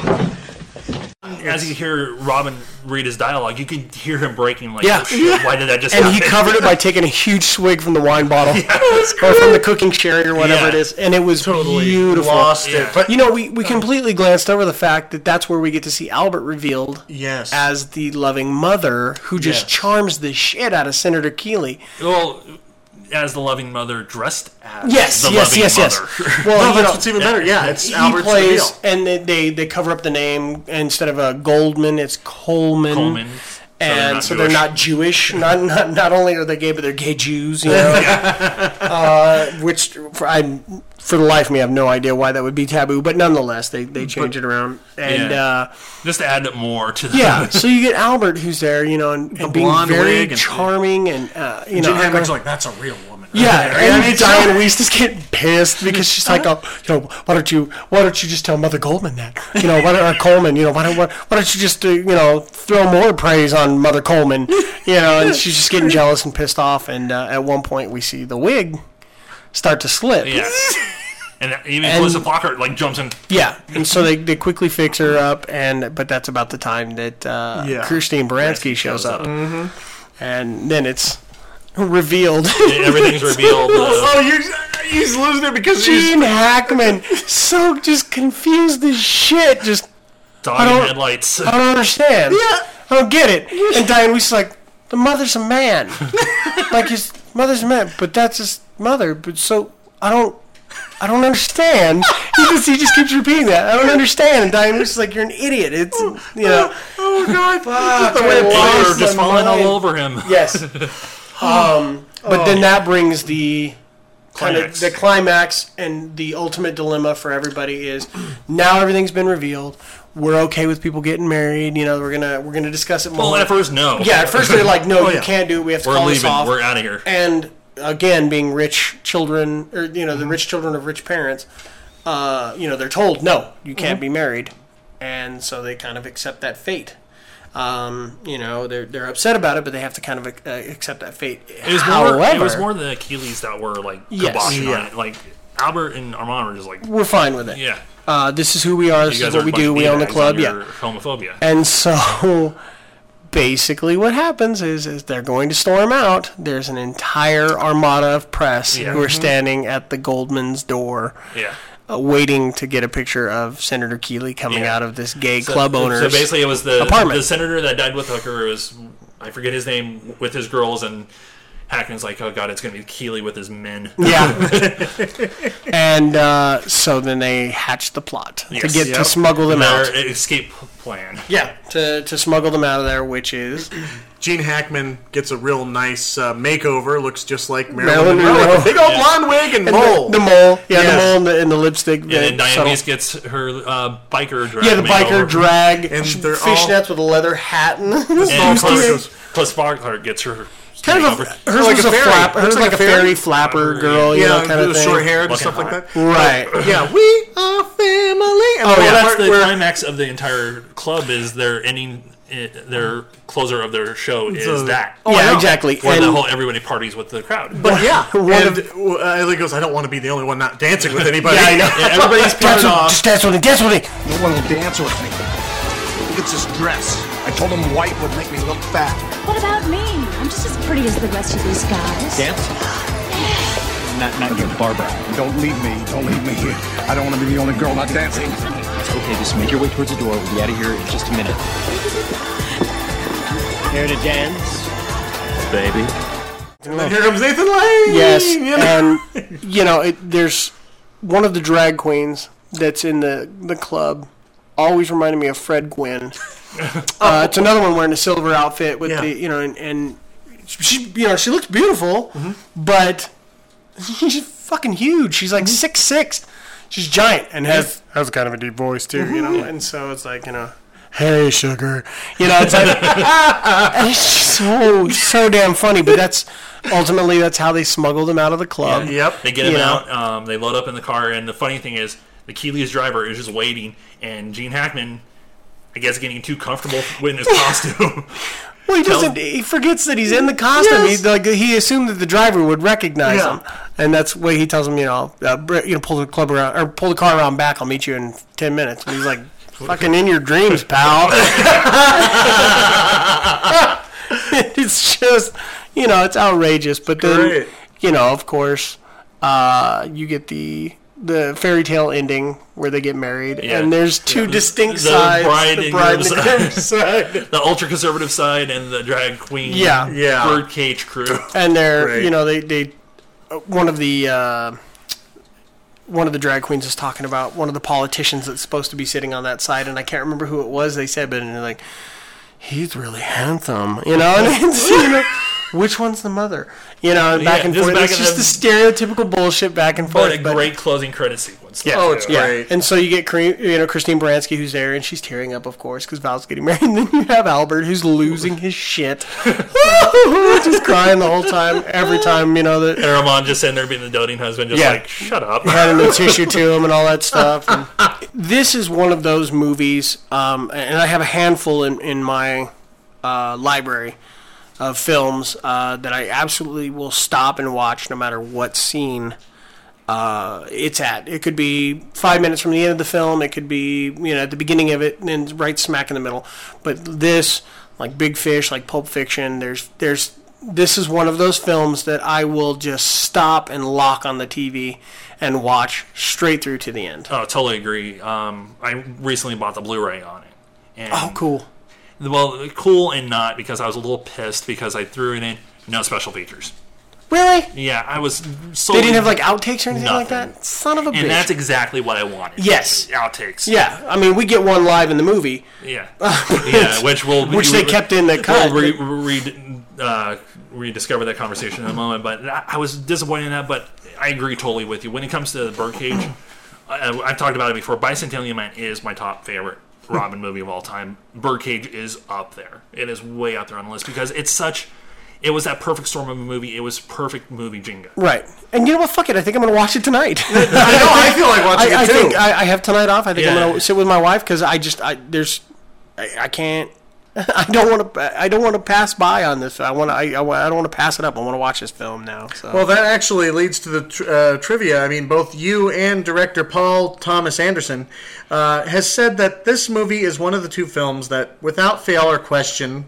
Speaker 2: As you hear Robin read his dialogue, you can hear him breaking. Like,
Speaker 3: Yeah.
Speaker 2: "Oh, shit, why did that just?
Speaker 3: and
Speaker 2: happen?
Speaker 3: he covered it by taking a huge swig from the wine bottle or from the cooking sherry or whatever
Speaker 2: Yeah.
Speaker 3: it is and it was beautiful
Speaker 1: lost it, Yeah.
Speaker 3: but you know we, we completely glanced over the fact that that's where we get to see albert revealed
Speaker 1: Yes.
Speaker 3: as the loving mother who just
Speaker 2: Yes.
Speaker 3: charms the shit out of senator keeley
Speaker 2: Well, as the loving mother dressed as
Speaker 3: yes
Speaker 2: the
Speaker 3: yes
Speaker 2: loving
Speaker 3: yes yes
Speaker 2: mother.
Speaker 3: well you
Speaker 1: that's
Speaker 3: know,
Speaker 1: what's even better. Yeah, it's
Speaker 3: he
Speaker 1: Albert's the
Speaker 3: plays
Speaker 1: deal.
Speaker 3: and they, they they cover up the name instead of a goldman it's coleman
Speaker 2: Coleman.
Speaker 3: and so
Speaker 2: So
Speaker 3: they're
Speaker 2: they're
Speaker 3: not Jewish. Not, not not only are they gay, but they're gay Jews. You know, uh, which for, I for the life of me, I have no idea why that would be taboo. But nonetheless, they they change it around, and
Speaker 2: Yeah.
Speaker 3: uh,
Speaker 2: Just to add more to the
Speaker 3: yeah. so you get Albert, who's there, you know, and, and being
Speaker 1: blonde
Speaker 3: very
Speaker 1: wig and-
Speaker 3: charming, and uh, you
Speaker 1: And
Speaker 3: know,
Speaker 1: Gene Hackman's
Speaker 3: going-
Speaker 1: like, that's a real woman.
Speaker 3: yeah,
Speaker 1: Yeah, I
Speaker 3: and
Speaker 1: mean,
Speaker 3: Diane Weiss is getting pissed because she's like, oh, you know, why don't you, why don't you just tell Mother Goldman that, you know, why don't uh, Coleman, you know, why don't, why, why don't you just, uh, you know, throw more praise on Mother Coleman, you know, and she's just getting jealous and pissed off, and uh, at one point we see the wig start to slip.
Speaker 2: yeah. And even
Speaker 3: And-
Speaker 2: Melissa Blocker like jumps in.
Speaker 3: Yeah, and so they, they quickly fix her up, and but that's about the time that uh,
Speaker 2: Yeah.
Speaker 3: Kirstine Baranski shows up, and then it's revealed.
Speaker 2: Everything's revealed. uh,
Speaker 1: oh, you're, he's losing it because she's.
Speaker 3: Gene Hackman, so just confused as shit. Just
Speaker 2: dog
Speaker 3: I
Speaker 2: in
Speaker 3: don't-
Speaker 2: headlights.
Speaker 3: I don't understand.
Speaker 1: Yeah.
Speaker 3: I don't get it. And Diane Weiss is like, the mother's a man, like his mother's a man, but that's his mother. But so I don't, I don't understand. He just he just keeps repeating that. I don't understand. And Diane Weiss is like, you're an idiot. It's you know.
Speaker 1: Oh, God.
Speaker 3: Fuck,
Speaker 1: the
Speaker 3: I
Speaker 1: way it
Speaker 3: lost
Speaker 1: plays.
Speaker 2: They're just
Speaker 3: my
Speaker 2: falling
Speaker 3: mind.
Speaker 2: all over him.
Speaker 3: Yes. Um, but then that brings the kind of
Speaker 2: Oh. Climax.
Speaker 3: the climax and the ultimate dilemma for everybody is now everything's been revealed. We're okay with people getting married. You know, we're gonna we're gonna discuss it more.
Speaker 2: Well, at first, no.
Speaker 3: yeah, at first they're like, no,
Speaker 1: Oh,
Speaker 3: you
Speaker 1: yeah.
Speaker 3: can't do it. We have to
Speaker 2: We're
Speaker 3: call this
Speaker 2: leaving.
Speaker 3: off.
Speaker 2: We're out of here. Mm-hmm.
Speaker 3: and again, being rich children, or you know, the rich children of rich parents, uh, you know, they're told, no, you can't
Speaker 2: Mm-hmm.
Speaker 3: be married. And so they kind of accept that fate. Um, you know, they're, they're upset about it, but they have to kind of uh, accept that fate.
Speaker 2: It was
Speaker 3: However,
Speaker 2: more. It was more the Achilles that were like
Speaker 3: Yes.
Speaker 2: kiboshing
Speaker 3: Yeah.
Speaker 2: on it. Like Albert and Armand were just like,
Speaker 3: we're fine with it.
Speaker 2: Yeah.
Speaker 3: Uh, this is who we are. This
Speaker 2: You guys
Speaker 3: is what
Speaker 2: are a
Speaker 3: we
Speaker 2: bunch
Speaker 3: do.
Speaker 2: of
Speaker 3: We own the
Speaker 2: meatheads and
Speaker 3: club. Yeah.
Speaker 2: you're homophobia.
Speaker 3: And so, basically, what happens is, is they're going to storm out. There's an entire armada of press
Speaker 2: Yeah.
Speaker 3: who are
Speaker 2: Mhm.
Speaker 3: standing at the Goldman's door.
Speaker 2: Yeah.
Speaker 3: Uh, waiting to get a picture of Senator Keeley coming out of this gay
Speaker 2: So-
Speaker 3: club owner's
Speaker 2: So basically, it was the
Speaker 3: apartment.
Speaker 2: the senator that died with Hooker. It was I forget his name with his girls and. Hackman's like, oh god, it's gonna be Keeley with his men.
Speaker 3: Yeah. and uh, so then they hatch the plot to
Speaker 2: Yes.
Speaker 3: get to
Speaker 2: Yep.
Speaker 3: smuggle them
Speaker 2: Their
Speaker 3: out.
Speaker 2: Escape plan.
Speaker 3: Yeah, to, to smuggle them out of there, which is
Speaker 1: Gene Hackman gets a real nice uh, makeover. Looks just like
Speaker 3: Marilyn
Speaker 1: Marilyn, Monroe. with
Speaker 3: Monroe.
Speaker 1: a Big old
Speaker 3: Yeah.
Speaker 1: blonde wig and,
Speaker 3: And the-
Speaker 1: mole.
Speaker 3: The, mole, yeah,
Speaker 1: Yes.
Speaker 3: the mole and the, and the lipstick.
Speaker 2: And then
Speaker 3: the
Speaker 2: Diomedes
Speaker 3: subtle-
Speaker 2: gets her uh, biker drag.
Speaker 3: yeah, the biker
Speaker 2: makeover.
Speaker 3: drag
Speaker 2: And they're all-
Speaker 3: fishnets with a leather hat and,
Speaker 2: And
Speaker 3: It's
Speaker 2: plus,
Speaker 3: cute.
Speaker 2: goes, plus Foghart gets her.
Speaker 3: Kind of a, Oh,
Speaker 2: makeover.
Speaker 3: hers was a, flap, hers like, a fairy, flapper girl, you know, kind of thing. Right.
Speaker 1: Yeah, we are family.
Speaker 2: oh, yeah, that's the
Speaker 1: where-
Speaker 2: climax of the entire club is their ending, eh, their closer of their show is
Speaker 1: The-
Speaker 2: that.
Speaker 1: Oh, Yeah, I know. exactly.
Speaker 2: Where the
Speaker 1: And-
Speaker 2: whole everybody parties with the crowd.
Speaker 1: But yeah, and uh, Ellie goes, I don't want to be the only one not dancing with anybody.
Speaker 2: Yeah, I know. Yeah, everybody's
Speaker 1: paired off.
Speaker 3: dance with me, dance with me.
Speaker 14: No one will dance with me. Look at this dress. I told him white would make me look fat.
Speaker 9: What about me? I'm just as pretty as the rest of these guys.
Speaker 14: Not, not you, Barbara. Don't leave me. Don't leave me here. I don't want to be the only girl not dancing. Okay, just make your way towards the door. We'll be out of here in just a minute.
Speaker 15: Here to dance, baby.
Speaker 1: And then here comes Nathan Lane.
Speaker 3: Yes,
Speaker 1: you know?
Speaker 3: and you know, it, there's one of the drag queens that's in the the club. Always reminded me of Fred Gwynn. Uh, it's another one wearing a silver outfit with the you know, and, and she you know she looks beautiful, but she's fucking huge. She's like six six. She's giant and has has kind of a deep voice too, you know. And so it's like you know, hey sugar, you know, it's like and it's so so damn funny. But that's ultimately that's how they smuggled him out of the club.
Speaker 2: They get him
Speaker 3: You know?
Speaker 2: out. Um, they load up in the car, and the funny thing is, the Keeley's driver is just waiting, and Gene Hackman, I guess, getting too comfortable in his costume.
Speaker 3: Well, he
Speaker 2: Tell-
Speaker 3: doesn't. He forgets that he's in the costume.
Speaker 2: Yes.
Speaker 3: He like he assumed that the driver would recognize
Speaker 2: Yeah.
Speaker 3: him, and that's why he tells him, you know, uh, br- you know, pull the club around or pull the car around back. I'll meet you in ten minutes. And he's like, fucking in your dreams, pal. it's just, you know, it's outrageous. But then,
Speaker 1: Great.
Speaker 3: you know, of course, uh, you get the. The fairy tale ending where they get married,
Speaker 2: Yeah.
Speaker 3: and there's two
Speaker 2: Yeah.
Speaker 3: distinct
Speaker 2: The
Speaker 3: sides:
Speaker 2: bride
Speaker 3: the
Speaker 2: and
Speaker 3: bride and the
Speaker 2: groom
Speaker 3: groom
Speaker 2: side.
Speaker 3: side.
Speaker 2: the ultra conservative side and the drag queen,
Speaker 3: Yeah. Yeah.
Speaker 2: birdcage crew,
Speaker 3: and they're
Speaker 2: Right.
Speaker 3: you know they they uh, one of the uh, one of the drag queens is talking about one of the politicians that's supposed to be sitting on that side, and I can't remember who it was they said, but and they're like, he's really handsome, you know, and it's, you know, which one's the mother, you know, and back
Speaker 2: Yeah,
Speaker 3: and
Speaker 2: just
Speaker 3: forth.
Speaker 2: back
Speaker 3: it's
Speaker 2: and
Speaker 3: just the stereotypical bullshit back and
Speaker 2: but
Speaker 3: forth.
Speaker 2: a great closing credit sequence.
Speaker 3: yeah. And so you get Cre- you know Christine Baranski who's there, and she's tearing up, of course, because Val's getting married. And then you have Albert who's losing his shit, just crying the whole time, every time you know that
Speaker 2: And Armand just sitting there being the doting husband, just
Speaker 3: Yeah.
Speaker 2: like shut up.
Speaker 3: Having the tissue to him and all that stuff. And this is one of those movies, um, and I have a handful in, in my uh, library of films uh, that I absolutely will stop and watch no matter what scene uh, it's at. It could be five minutes from the end of the film, it could be you know at the beginning of it, and then right smack in the middle. But this, like Big Fish, like Pulp Fiction, there's there's this is one of those films that I will just stop and lock on the TV and watch straight through to the end.
Speaker 2: Oh, totally agree. Um, I recently bought the Blu-ray on it. And
Speaker 3: Oh, cool.
Speaker 2: Well, cool and not because I was a little pissed because I threw it in no special features.
Speaker 3: Really?
Speaker 2: Yeah, I was so.
Speaker 3: they didn't have like outtakes or anything like
Speaker 2: Nothing.
Speaker 3: that. Son of a
Speaker 2: and
Speaker 3: bitch.
Speaker 2: that's exactly what I wanted.
Speaker 3: Yes.
Speaker 2: outtakes.
Speaker 3: yeah, I mean we get one live in the movie.
Speaker 2: yeah, yeah. Which will
Speaker 3: Which they kept in the cut.
Speaker 2: We'll re, re, uh, rediscover that conversation in a moment. But I I was disappointed in that. But I agree totally with you when it comes to the Birdcage. I, I've talked about it before. Bicentennial Man is my top favorite Robin movie of all time. Birdcage is up there. It is way up there on the list because it's such It was that perfect storm of a movie. It was perfect movie Jenga.
Speaker 3: Right. And you know what? Fuck it. I think I'm going to watch it tonight. I know.
Speaker 1: I feel like watching
Speaker 3: I,
Speaker 1: it too.
Speaker 3: think I, I have tonight off. I think I'm
Speaker 1: Yeah.
Speaker 3: going to sit with my wife because I just I there's I, I can't. I don't want to. I don't want to pass by on this. I want to. I, I, wa- I don't want to pass it up. I want to watch this film now. So.
Speaker 1: Well, that actually leads to the tr- uh, trivia. I mean, both you and director Paul Thomas Anderson uh, has said that this movie is one of the two films that, without fail or question,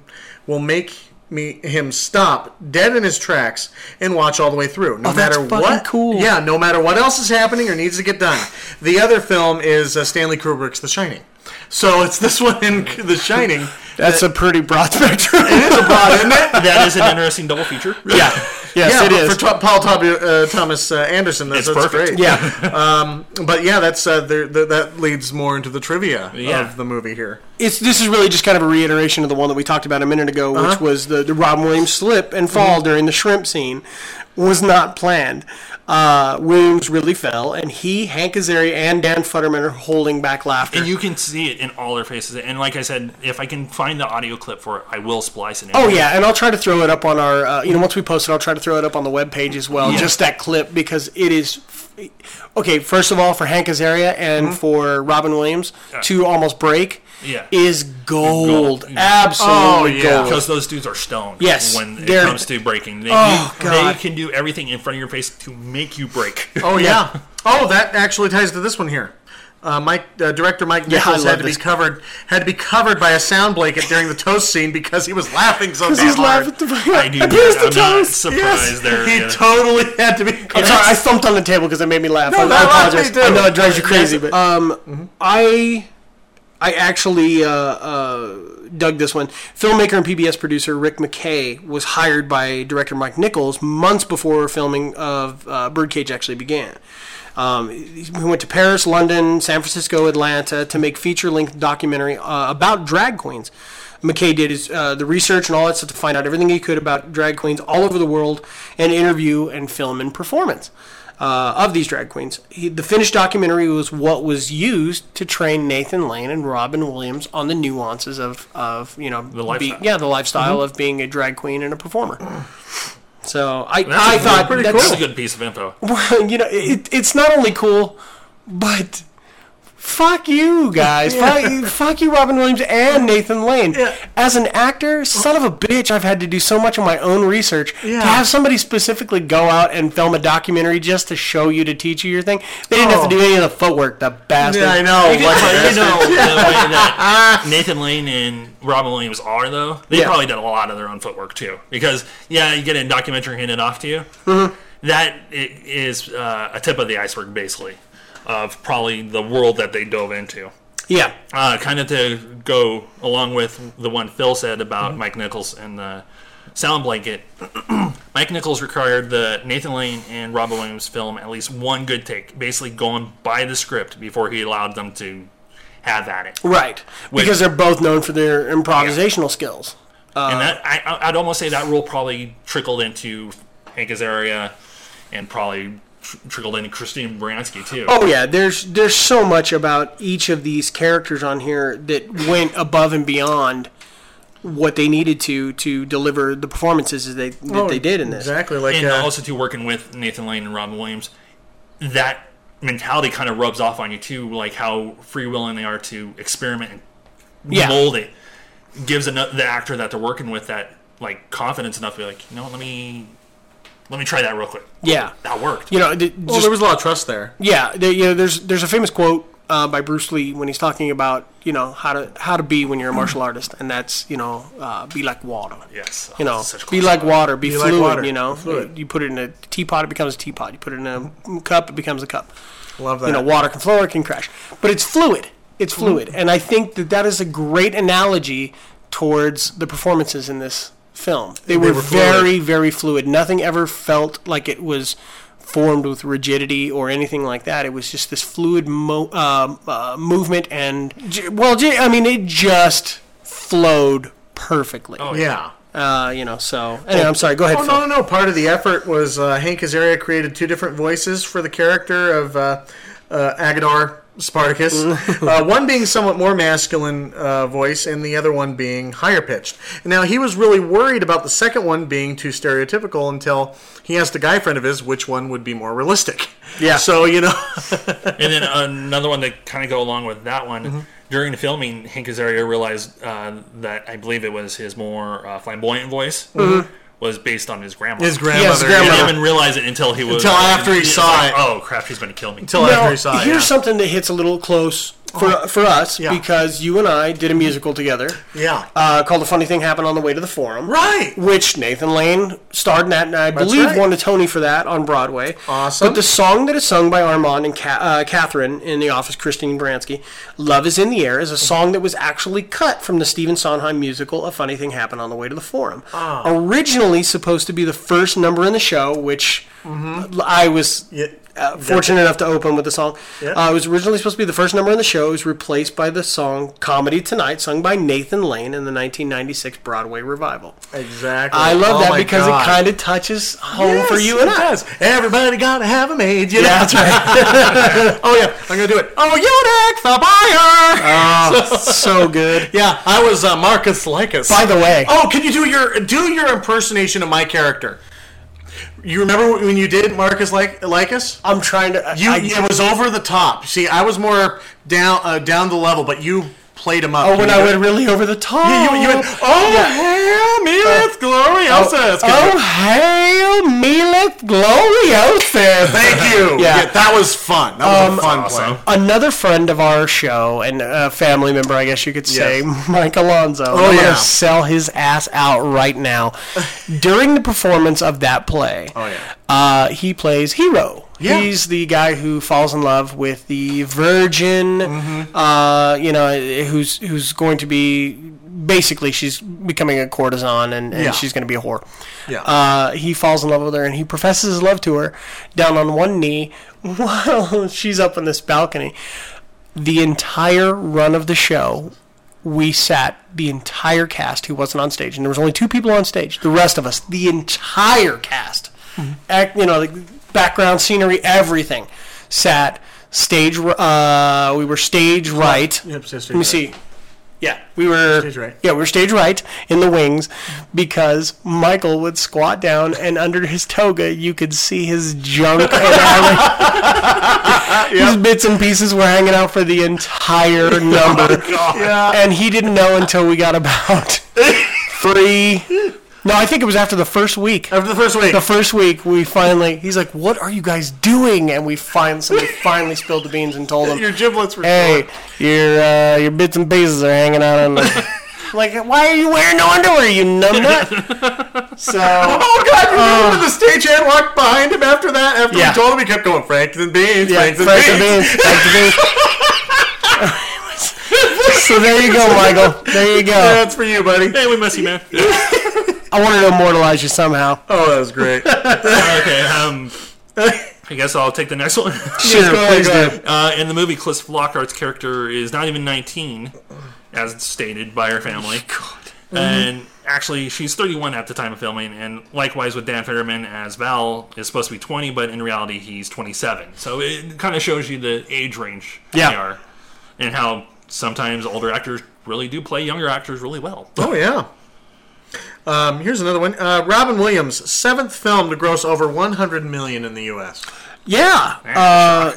Speaker 1: will make me him stop dead in his tracks and watch all the way through, no
Speaker 3: Oh, that's
Speaker 1: matter
Speaker 3: fucking
Speaker 1: what.
Speaker 3: cool.
Speaker 1: Yeah, no matter what else is happening or needs to get done. The other film is uh, Stanley Kubrick's The Shining. So it's this one in The Shining.
Speaker 3: That's a pretty broad spectrum.
Speaker 1: It is a broad, isn't it?
Speaker 2: that is an interesting double feature.
Speaker 1: Yeah.
Speaker 3: Yes,
Speaker 1: yeah,
Speaker 3: it
Speaker 1: but
Speaker 3: is.
Speaker 1: For Tom- Paul Tom- uh, Thomas uh, Anderson, that's,
Speaker 2: It's
Speaker 1: that's
Speaker 2: perfect.
Speaker 1: great. Yeah. um, but yeah, that's uh, there, there, that leads more into the trivia
Speaker 3: Yeah.
Speaker 1: of the movie here.
Speaker 3: It's this is really just kind of a reiteration of the one that we talked about a minute ago, which
Speaker 1: Uh-huh. Mm-hmm.
Speaker 3: was the, the Robin Williams slip and fall during the shrimp scene was not planned. Uh, Williams really fell, and he, Hank Azaria, and Dan Futterman are holding back laughter.
Speaker 2: And you can see it in all their faces. And like I said, if I can find the audio clip for it, I will splice it in.
Speaker 3: Oh yeah, and I'll try to throw it up on our. Uh, you know, once we post it, I'll try to throw it up on the web page as well.
Speaker 2: Yeah.
Speaker 3: Just that clip because it is. f- Okay, first of all, for Hank Azaria and for Robin Williams
Speaker 2: Yeah.
Speaker 3: to almost break
Speaker 2: Yeah.
Speaker 3: is gold, Oh, absolutely gold.
Speaker 2: Because those dudes are stoned.
Speaker 3: Yes,
Speaker 2: When it
Speaker 3: they're-
Speaker 2: comes to breaking, they,
Speaker 3: Oh,
Speaker 2: they
Speaker 3: God.
Speaker 2: can do everything in front of your face to make you break.
Speaker 1: Oh yeah. Oh, that actually ties to this one here. Uh, Mike, uh, director Mike
Speaker 2: Yeah, I
Speaker 1: Nichols
Speaker 2: love
Speaker 1: had to
Speaker 2: this.
Speaker 1: be covered had to be covered by a sound blanket during the toast scene because he was laughing so damn
Speaker 3: 'Cause he's
Speaker 1: hard.
Speaker 3: laughing at the- I do- I pierced the I'm not toast. surprised there,
Speaker 1: he
Speaker 3: yeah.
Speaker 1: totally had to be.
Speaker 3: I'm sorry, I thumped on the table because it made me laugh.
Speaker 1: No,
Speaker 3: I, I
Speaker 1: that laughed
Speaker 3: apologize.
Speaker 1: me too.
Speaker 3: I know it drives you crazy,
Speaker 1: Yes.
Speaker 3: but um, I I actually uh, uh, dug this one. Filmmaker and PBS producer Rick McKay was hired by director Mike Nichols months before filming of uh, Birdcage actually began. Um, he went to Paris, London, San Francisco, Atlanta to make feature-length documentary uh, about drag queens. McKay did his, uh, the research and all that stuff to find out everything he could about drag queens all over the world and interview and film and performance uh, of these drag queens. He, the finished documentary was what was used to train Nathan Lane and Robin Williams on the nuances of, of you know, the
Speaker 2: lifestyle.
Speaker 3: yeah, the lifestyle
Speaker 2: Mhm.
Speaker 3: of being a drag queen and a performer. So I,
Speaker 2: That's
Speaker 3: I
Speaker 2: a-
Speaker 3: thought
Speaker 2: pretty
Speaker 3: that's,
Speaker 2: cool. That's a good piece of info.
Speaker 3: well, you know, it, it's not only cool, but fuck you guys.
Speaker 2: Yeah.
Speaker 3: Fuck, fuck you, Robin Williams and Nathan Lane. As an actor, son of a bitch, I've had to do so much of my own research
Speaker 1: Yeah.
Speaker 3: to have somebody specifically go out and film a documentary just to show you to teach you your thing. They didn't have to do any of the footwork, the bastard.
Speaker 2: Oh. Yeah, I know,
Speaker 3: You
Speaker 2: what a
Speaker 3: just-
Speaker 2: bastard. You know, the way that Nathan Lane and Robin Williams are though. They
Speaker 3: Ah. Yeah.
Speaker 2: probably did a lot of their own footwork too. Because yeah, you get a documentary handed off to you.
Speaker 3: Mm-hmm.
Speaker 2: That i- is uh, a tip of the iceberg, basically, of probably the world that they dove into.
Speaker 3: Yeah.
Speaker 2: Uh, kind of to go along with the one Phil said about Mike Nichols and the sound blanket. Mike Nichols required the Nathan Lane and Robin Williams film at least one good take, basically going by the script before he allowed them to have at it.
Speaker 3: Right.
Speaker 2: Which-
Speaker 3: because they're both known for their improvisational skills.
Speaker 2: and that I, I- I'd almost say that rule probably trickled into Hank Azaria and probably tr- trickled into Christine Baranski too.
Speaker 3: Oh yeah, there's there's so much about each of these characters on here that went above and beyond what they needed to to deliver the performances that they that
Speaker 2: Oh,
Speaker 3: they did in this.
Speaker 1: exactly, like,
Speaker 2: and
Speaker 1: uh,
Speaker 2: also to working with Nathan Lane and Robin Williams, that mentality kind of rubs off on you too, like how free willing they are to experiment and
Speaker 3: Yeah.
Speaker 2: mold it. Gives ano- the actor that they're working with that like confidence enough to be like, you know, what, let me let me try that real quick.
Speaker 3: Yeah.
Speaker 2: that worked.
Speaker 3: You know, th-
Speaker 1: Well, there was a lot of trust there.
Speaker 3: Yeah, there, you know, there's there's a famous quote uh, by Bruce Lee when he's talking about you know how to how to be when you're a martial artist, and that's you know uh, be like water.
Speaker 2: Yes, Oh,
Speaker 3: You know,
Speaker 2: Such
Speaker 3: be
Speaker 2: class.
Speaker 3: like water, be,
Speaker 2: Be like
Speaker 3: fluid.
Speaker 2: water,
Speaker 3: You know,
Speaker 2: be fluid.
Speaker 3: you put it in a teapot, it becomes a teapot. You put it in a cup, it becomes a cup.
Speaker 1: Love that.
Speaker 3: You know, water can flow, it can crash, but it's fluid. It's
Speaker 1: Mm-hmm.
Speaker 3: fluid, and I think that that is a great analogy towards the performances in this film. They,
Speaker 1: They
Speaker 3: were,
Speaker 1: were fluid.
Speaker 3: very, very fluid. Nothing ever felt like it was formed with rigidity or anything like that. It was just this fluid mo- um uh, movement, and j- well, j- I mean, it just flowed perfectly.
Speaker 1: Oh, yeah.
Speaker 3: Uh, you know, so anyway, I'm sorry. Go ahead.
Speaker 1: Oh
Speaker 3: Phil.
Speaker 1: no, no, no. Part of the effort was uh, Hank Azaria created two different voices for the character of uh, uh, Agador Spartacus. uh, one being somewhat more masculine uh, voice, and the other one being higher pitched. Now he was really worried about the second one being too stereotypical until he asked a guy friend of his which one would be more realistic.
Speaker 2: Yeah.
Speaker 1: So you know.
Speaker 2: and then another one that kind of go along with that one.
Speaker 3: Mm-hmm.
Speaker 1: Mhm.
Speaker 2: During the filming, Hank Azaria realized uh, that I believe it was his more uh, flamboyant voice
Speaker 3: Mm-hmm.
Speaker 1: Mhm.
Speaker 2: was based on his grandma.
Speaker 1: His grandmother, Yes,
Speaker 2: He
Speaker 1: grandmother.
Speaker 2: didn't even realize it until he was
Speaker 1: Until after he
Speaker 2: it's
Speaker 1: saw
Speaker 2: like,
Speaker 1: it.
Speaker 2: Oh crap, she's gonna kill me.
Speaker 3: Now, here's something that hits a little close for,
Speaker 1: Uh-huh.
Speaker 3: for us because you and I did a musical together.
Speaker 1: Yeah.
Speaker 3: Uh, called "The Funny Thing Happened on the Way to the Forum,"
Speaker 1: right?
Speaker 3: Which Nathan Lane starred in that, and I
Speaker 1: That's
Speaker 3: believe
Speaker 1: right.
Speaker 3: won a Tony for that on Broadway.
Speaker 1: Awesome.
Speaker 3: But the song that is sung by Armand and Ca- uh, Catherine in The Office, Christine Baranski, "Love Is in the Air," is a song that was actually cut from the Stephen Sondheim musical "A Funny Thing Happened on the Way to the Forum."
Speaker 1: Ah.
Speaker 3: Originally supposed to be the first number in the show, which
Speaker 1: Mhm.
Speaker 3: I was uh, fortunate
Speaker 1: Yeah.
Speaker 3: enough to open with the song.
Speaker 1: Yeah.
Speaker 3: Uh, it was originally supposed to be the first number on the show. It was replaced by the song "Comedy Tonight," sung by Nathan Lane in the 1996 Broadway revival.
Speaker 1: Exactly.
Speaker 3: I love
Speaker 1: Oh
Speaker 3: that
Speaker 1: my
Speaker 3: because
Speaker 1: God.
Speaker 3: it kind of touches home
Speaker 1: Yes,
Speaker 3: for you and
Speaker 1: it
Speaker 3: I.
Speaker 1: does. Everybody gotta have a maid. You
Speaker 3: Yeah,
Speaker 1: know?
Speaker 3: that's right.
Speaker 1: oh yeah, I'm gonna do it. Oh, Yodak the buyer.
Speaker 3: Oh, so good.
Speaker 1: Yeah, I was uh, Marcus Lycus.
Speaker 3: By the way-
Speaker 1: oh, can you do your do your impersonation of my character? You remember when you did Marcus like Lycus?
Speaker 3: I'm trying to.
Speaker 1: You,
Speaker 3: I-
Speaker 1: it was over the top. See, I was more down uh, down the level, but you played him up.
Speaker 3: Oh, when
Speaker 1: You
Speaker 3: I
Speaker 1: did-
Speaker 3: went really over the top.
Speaker 1: Yeah, you, you went, oh,
Speaker 3: Yeah.
Speaker 1: hail me, that's
Speaker 3: Oh,
Speaker 1: gloriosa. It's
Speaker 3: oh, hail Melech Gloriosa.
Speaker 1: Thank you.
Speaker 3: Yeah.
Speaker 1: Yeah, that was fun. That
Speaker 3: Um,
Speaker 1: was a fun play.
Speaker 3: Another friend of our show and a family member, I guess you could say, Mike Alonso.
Speaker 1: Oh,
Speaker 3: I'm
Speaker 1: yeah.
Speaker 3: gonna sell his ass out right now. During the performance of that play,
Speaker 1: Oh yeah.
Speaker 3: uh, he plays Hero.
Speaker 1: Yeah.
Speaker 3: He's the guy who falls in love with the virgin,
Speaker 1: Mm-hmm.
Speaker 3: uh, you know, who's who's going to be basically she's becoming a courtesan and, and
Speaker 1: Yeah.
Speaker 3: she's going to be a whore.
Speaker 1: Yeah.
Speaker 3: Uh, he falls in love with her and he professes his love to her down on one knee while she's up on this balcony. The entire run of the show, we sat the entire cast who wasn't on stage, and there was only two people on stage. The rest of us, the entire cast,
Speaker 1: Mm-hmm.
Speaker 3: act, you know, the background scenery, everything, sat stage. r- Uh, we were stage right.
Speaker 1: Yep, so stage
Speaker 3: Let me
Speaker 1: right.
Speaker 3: see. Yeah, we were
Speaker 1: Stage right.
Speaker 3: Yeah, we were stage right in the wings because Michael would squat down and under his toga you could see his junk and every- his bits and pieces were hanging out for the entire
Speaker 1: Oh
Speaker 3: number.
Speaker 1: Yeah.
Speaker 3: And he didn't know until we got about three no, I think it was after the first week.
Speaker 1: After the first week.
Speaker 3: The first week, we finally. He's like, "What are you guys doing?" And we find somebody finally spilled the beans and told him,
Speaker 1: Your giblets were
Speaker 3: "Hey, your uh, your bits and pieces are hanging out on the." like, why are you wearing no underwear, you numbnut? so.
Speaker 1: Oh god, you
Speaker 3: Uh.
Speaker 1: remember the stagehand walked behind him after that? After we told him he kept going, Frank and Beans,
Speaker 3: Yeah,
Speaker 1: Frank and
Speaker 3: Frank and
Speaker 1: Beans.
Speaker 3: Beans, Frank and Beans. So there you go, Michael. There you go.
Speaker 1: Yeah, that's for you, buddy.
Speaker 2: Hey, we miss you, man.
Speaker 3: I wanted to immortalize you somehow.
Speaker 1: Oh, that was great.
Speaker 2: okay, um, I guess I'll take the next one.
Speaker 3: Sure, Go ahead, please go do.
Speaker 2: Uh, in the movie, Cliff Lockhart's character is not even 19, as stated by her family. And actually, she's 31 at the time of filming, and likewise with Dan Fetterman as Val is supposed to be 20, but in reality, he's 27. So it kind of shows you the age range they
Speaker 3: Yeah.
Speaker 2: are, and how sometimes older actors really do play younger actors really well.
Speaker 1: Oh yeah. Um, here's another one. Uh, Robin Williams, seventh film to gross over 100 million in the U.S.
Speaker 3: Yeah. Uh,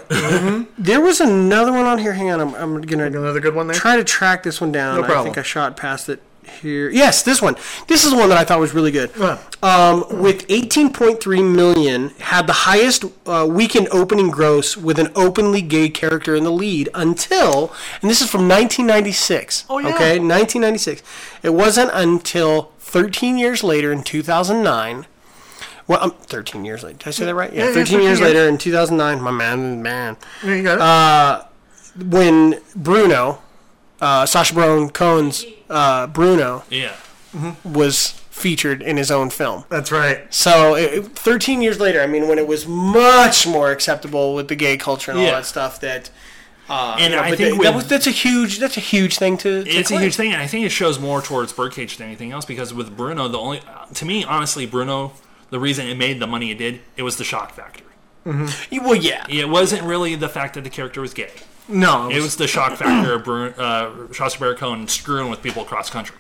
Speaker 3: There was another one on here. Hang on, I'm, I'm gonna
Speaker 1: another good one there.
Speaker 3: Try to track this one down.
Speaker 1: No
Speaker 3: I
Speaker 1: problem.
Speaker 3: think I shot past it here. Yes, this one. This is the one that I thought was really good. Um, with 18.3 million, had the highest uh, weekend opening gross with an openly gay character in the lead until, and this is from 1996.
Speaker 1: Oh, yeah.
Speaker 3: Okay, 1996. It wasn't until 13 years later in 2009. Well, um, 13 years later. Did I say that right?
Speaker 1: Yeah,
Speaker 3: Yeah,
Speaker 1: yeah,
Speaker 3: 13 years
Speaker 1: 13 years.
Speaker 3: later in 2009. My man, man.
Speaker 1: There you go.
Speaker 3: Uh, when Bruno, uh, Sasha Baron Cohen's uh, Bruno,
Speaker 2: Yeah.
Speaker 3: was featured in his own film.
Speaker 1: That's right.
Speaker 3: So, it, it- 13 years later, I mean, when it was much more acceptable with the gay culture and all
Speaker 2: Yeah.
Speaker 3: that stuff, that. Uh,
Speaker 2: And
Speaker 3: you know,
Speaker 2: I
Speaker 3: but
Speaker 2: think
Speaker 3: that,
Speaker 2: with-
Speaker 3: that was, that's a huge that's a huge thing to. to
Speaker 2: it's a
Speaker 3: claim.
Speaker 2: huge thing, and I think it shows more towards Birdcage than anything else because with Bruno, the only to me, honestly, Bruno, the reason it made the money it did, it was the shock factor.
Speaker 3: Well, yeah,
Speaker 2: It wasn't really the fact that the character was gay.
Speaker 1: No,
Speaker 2: it was the shock factor of Brun, uh, Shasta Cohen screwing with people across country.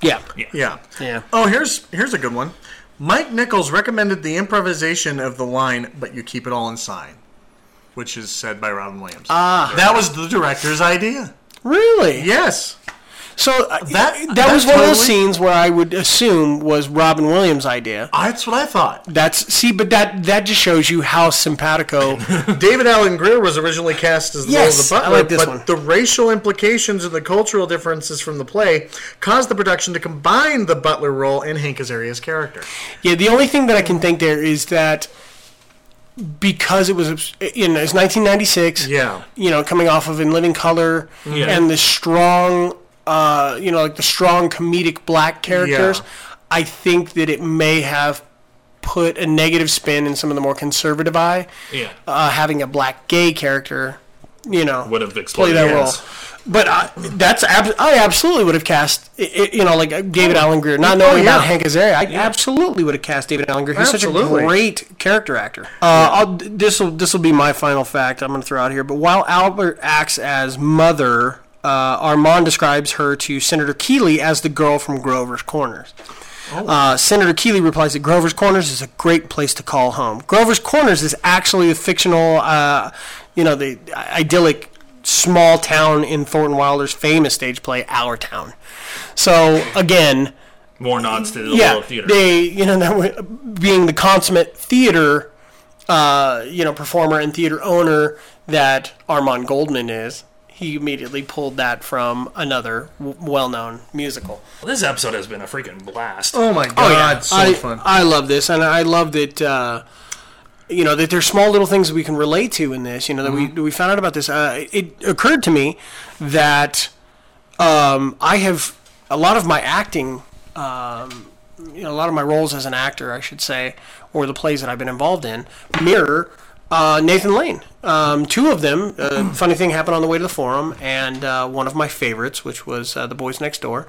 Speaker 3: Yeah.
Speaker 2: yeah,
Speaker 1: yeah, Oh, here's here's a good one. Mike Nichols recommended the improvisation of the line, "But you keep it all inside," which is said by Robin Williams.
Speaker 3: Ah.
Speaker 1: that was the director's idea.
Speaker 3: Really?
Speaker 1: Yes.
Speaker 3: So uh,
Speaker 1: That-
Speaker 3: that was
Speaker 1: that
Speaker 3: one of those
Speaker 1: totally-
Speaker 3: scenes where I would assume was Robin Williams' idea.
Speaker 1: That's what I thought.
Speaker 3: That's see, but that that just shows you how simpatico.
Speaker 1: David Allen Greer was originally cast as the
Speaker 3: Yes,
Speaker 1: role of the
Speaker 3: I
Speaker 1: butler,
Speaker 3: like this
Speaker 1: but
Speaker 3: one.
Speaker 1: the racial implications and the cultural differences from the play caused the production to combine the butler role and Hank Azaria's character.
Speaker 3: yeah, the only thing that I can think there is that because it was you know it's 1996.
Speaker 1: Yeah.
Speaker 3: you know, coming off of In Living Color
Speaker 1: Yeah.
Speaker 3: and the strong, uh, you know, like the strong comedic black characters, I think that it may have put a negative spin in some of the more conservative eye.
Speaker 2: Yeah.
Speaker 3: Uh, having a black gay character, you know,
Speaker 2: Would have
Speaker 3: play
Speaker 2: exploded.
Speaker 3: that
Speaker 2: yes.
Speaker 3: role. But I, that's ab- I absolutely would have cast, i- i- you know, like uh, David Allen Greer. Not knowing
Speaker 1: Oh, yeah.
Speaker 3: about Hank Azaria, I absolutely would have cast David Allen Greer. He's such
Speaker 1: Absolutely.
Speaker 3: a great character actor. Uh, I'll, this will this will be my final fact I'm going to throw out here. But while Albert acts as mother, uh, Armand describes her to Senator Keeley as the girl from Grover's Corners. Uh, Senator Keeley replies that Grover's Corners is a great place to call home. Grover's Corners is actually the fictional, uh, you know, the idyllic small town in Thornton Wilder's famous stage play, Our Town. So again,
Speaker 2: More nods to the
Speaker 3: yeah,
Speaker 2: little theater.
Speaker 3: they, you know, that were- being the consummate theater, uh, you know, performer and theater owner that Armand Goldman is, he immediately pulled that from another w- well-known musical.
Speaker 2: this episode has been a freaking blast.
Speaker 1: Oh my god, so
Speaker 3: I,
Speaker 1: fun.
Speaker 3: I love this, and I love that. Uh, you know that there's small little things that we can relate to in this. You know that
Speaker 1: Mm-hmm.
Speaker 3: we we found out about this. Uh, it occurred to me that um, I have a lot of my acting, um, you know, a lot of my roles as an actor, I should say, or the plays that I've been involved in, mirror uh, Nathan Lane. Um, two of them.
Speaker 1: Mm-hmm.
Speaker 3: Uh, funny thing happened on the way to the forum, and uh, one of my favorites, which was uh, The Boys Next Door,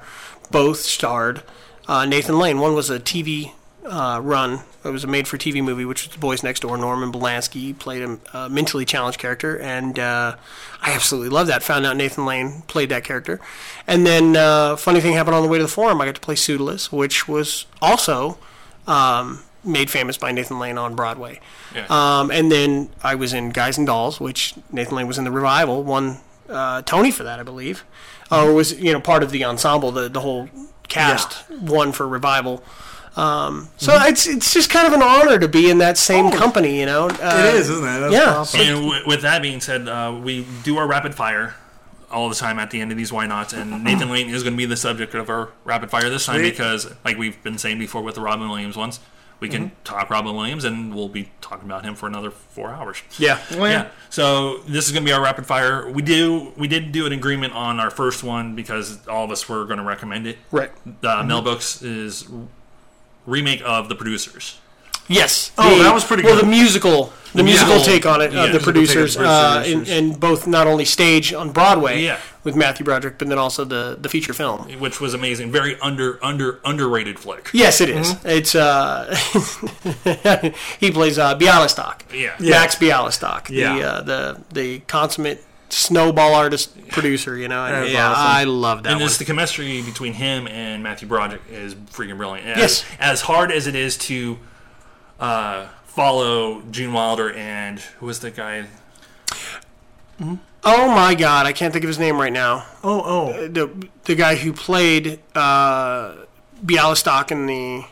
Speaker 3: both starred uh, Nathan Lane. One was a TV uh, run. It was a made-for-TV movie, which was The Boys Next Door. Norman Belansky played a uh, mentally challenged character, and uh, I absolutely love that. Found out Nathan Lane played that character, and then uh, funny thing happened on the way to the forum. I got to play Pseudolus, which was also um, made famous by Nathan Lane on Broadway.
Speaker 2: Yeah.
Speaker 3: Um, and then I was in Guys and Dolls, which Nathan Lane was in the revival, won uh, Tony for that, I believe, or was you know part of the ensemble, the the whole cast won for revival. Um, so it's it's just kind of an honor to be in that same company, you know. Uh,
Speaker 1: it is, isn't it? That's
Speaker 3: yeah.
Speaker 1: awesome.
Speaker 2: And w- with that being said, uh, we do our rapid fire all the time at the end of these why nots, and Nathan Lane is going to be the subject of our rapid fire this time
Speaker 1: Sweet.
Speaker 2: because, like we've been saying before with the Robin Williams ones, we can talk Robin Williams, and we'll be talking about him for another four hours.
Speaker 3: Yeah.
Speaker 2: yeah. So this is going to be our rapid fire. We do we did do an agreement on our first one because all of us were going to recommend it.
Speaker 3: Right.
Speaker 2: The Mel Brooks is remake of The Producers.
Speaker 3: Yes.
Speaker 1: Oh,
Speaker 3: the-
Speaker 1: that was pretty
Speaker 3: Well,
Speaker 1: good.
Speaker 3: the musical, the
Speaker 2: The
Speaker 3: musical
Speaker 2: musical-
Speaker 3: take on it
Speaker 2: yeah,
Speaker 3: of
Speaker 2: musical take
Speaker 3: the
Speaker 2: of
Speaker 3: producers,
Speaker 2: Bruce
Speaker 3: uh, in,
Speaker 2: Producers.
Speaker 3: in both not only stage on Broadway
Speaker 2: Yeah.
Speaker 3: with Matthew Broderick, but then also the the feature film.
Speaker 2: Which was amazing, very under under underrated flick.
Speaker 3: Yes, it is. It's uh, he plays uh, Bialystok.
Speaker 2: Yeah.
Speaker 3: Max Bialystock,
Speaker 2: Yeah.
Speaker 3: the uh, the the consummate snowball artist producer. You know,
Speaker 2: That
Speaker 3: and,
Speaker 2: is
Speaker 3: yeah,
Speaker 2: awesome.
Speaker 3: I love that
Speaker 2: and
Speaker 3: one.
Speaker 2: this the chemistry between him and Matthew Broderick is freaking brilliant. As,
Speaker 3: Yes.
Speaker 2: as hard as it is to uh, follow Gene Wilder and who was the guy?
Speaker 3: Oh my God, I can't think of his name right now. Uh,
Speaker 1: Oh, oh,
Speaker 3: The the guy who played uh, Bialystok in the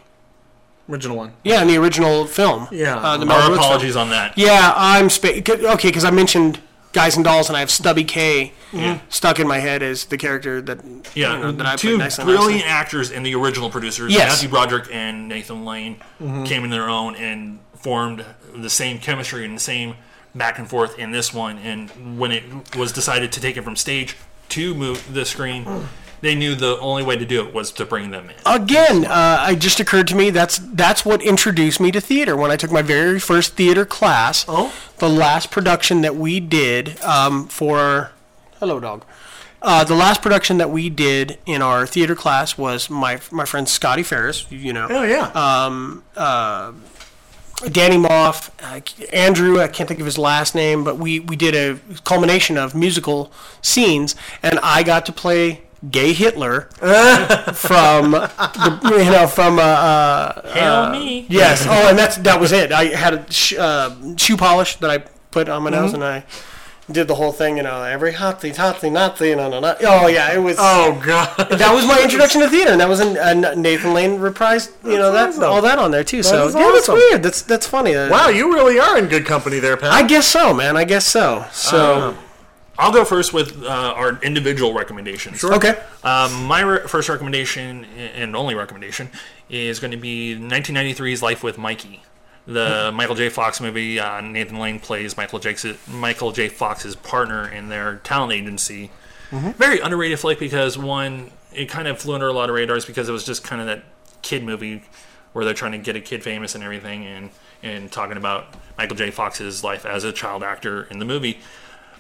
Speaker 1: original one.
Speaker 3: yeah in the original film.
Speaker 1: Yeah.
Speaker 3: uh, the Mel
Speaker 2: Our
Speaker 3: Brooks film.
Speaker 2: apologies on that.
Speaker 3: Yeah, I'm spa- c- okay because I mentioned Guys and Dolls, and I have Stubby K
Speaker 2: Yeah.
Speaker 3: stuck in my head as the character that
Speaker 2: Yeah,
Speaker 3: you know, that I
Speaker 2: two
Speaker 3: played next to
Speaker 2: brilliant actors and the original producers,
Speaker 3: Yes. Mm-hmm.
Speaker 2: Matthew Broderick and Nathan Lane, came in their own and formed the same chemistry and the same back and forth in this one. And when it was decided to take it from stage to move the screen,
Speaker 3: Mm.
Speaker 2: they knew the only way to do it was to bring them in.
Speaker 3: Again, uh, it just occurred to me that's that's what introduced me to theater when I took my very first theater class. Oh, the last production that we did um, for hello dog. Uh, the last production that we did in our theater
Speaker 1: Uh,
Speaker 3: class was my my friend Scotty Ferris. You know,
Speaker 1: Oh yeah.
Speaker 3: um, uh, Danny Moff, uh, Andrew, I can't think of his last name, but we, we did a culmination of musical scenes, and I got to play Gay Hitler from the, you know from uh, uh,
Speaker 2: Hail
Speaker 3: uh,
Speaker 2: me.
Speaker 3: Yes. Oh, and that's that was it. I had a sh- uh, shoe polish that I put on my nose,
Speaker 2: Mhm.
Speaker 1: Mm-hmm.
Speaker 3: and I did the whole thing. You know, every hot thing, hot thing, not thing, no, no, no. Oh yeah, it was.
Speaker 1: Oh, God.
Speaker 3: that was my introduction to theater, and that was an, a Nathan Lane reprised. You know that all that on there too.
Speaker 1: That
Speaker 3: so
Speaker 1: is
Speaker 3: yeah, that's
Speaker 1: awesome.
Speaker 3: weird. That's that's funny. Uh,
Speaker 1: Wow, you really are in good company there, Pat.
Speaker 3: I guess so, man. I guess so. So
Speaker 2: I'll go first with uh, our individual recommendations.
Speaker 1: Uh-huh.
Speaker 3: Sure. Okay.
Speaker 2: Um, my re- first recommendation and only recommendation is going to be 1993's Life with Mikey, the Michael J. Fox movie. Uh, Nathan Lane plays Michael J. Michael J. Fox's partner in their talent agency. Very underrated flick because one, it kind of flew under a lot of radars because it was just kind of that kid movie where they're trying to get a kid famous and everything, and and talking about Michael J. Fox's life as a child actor in the movie.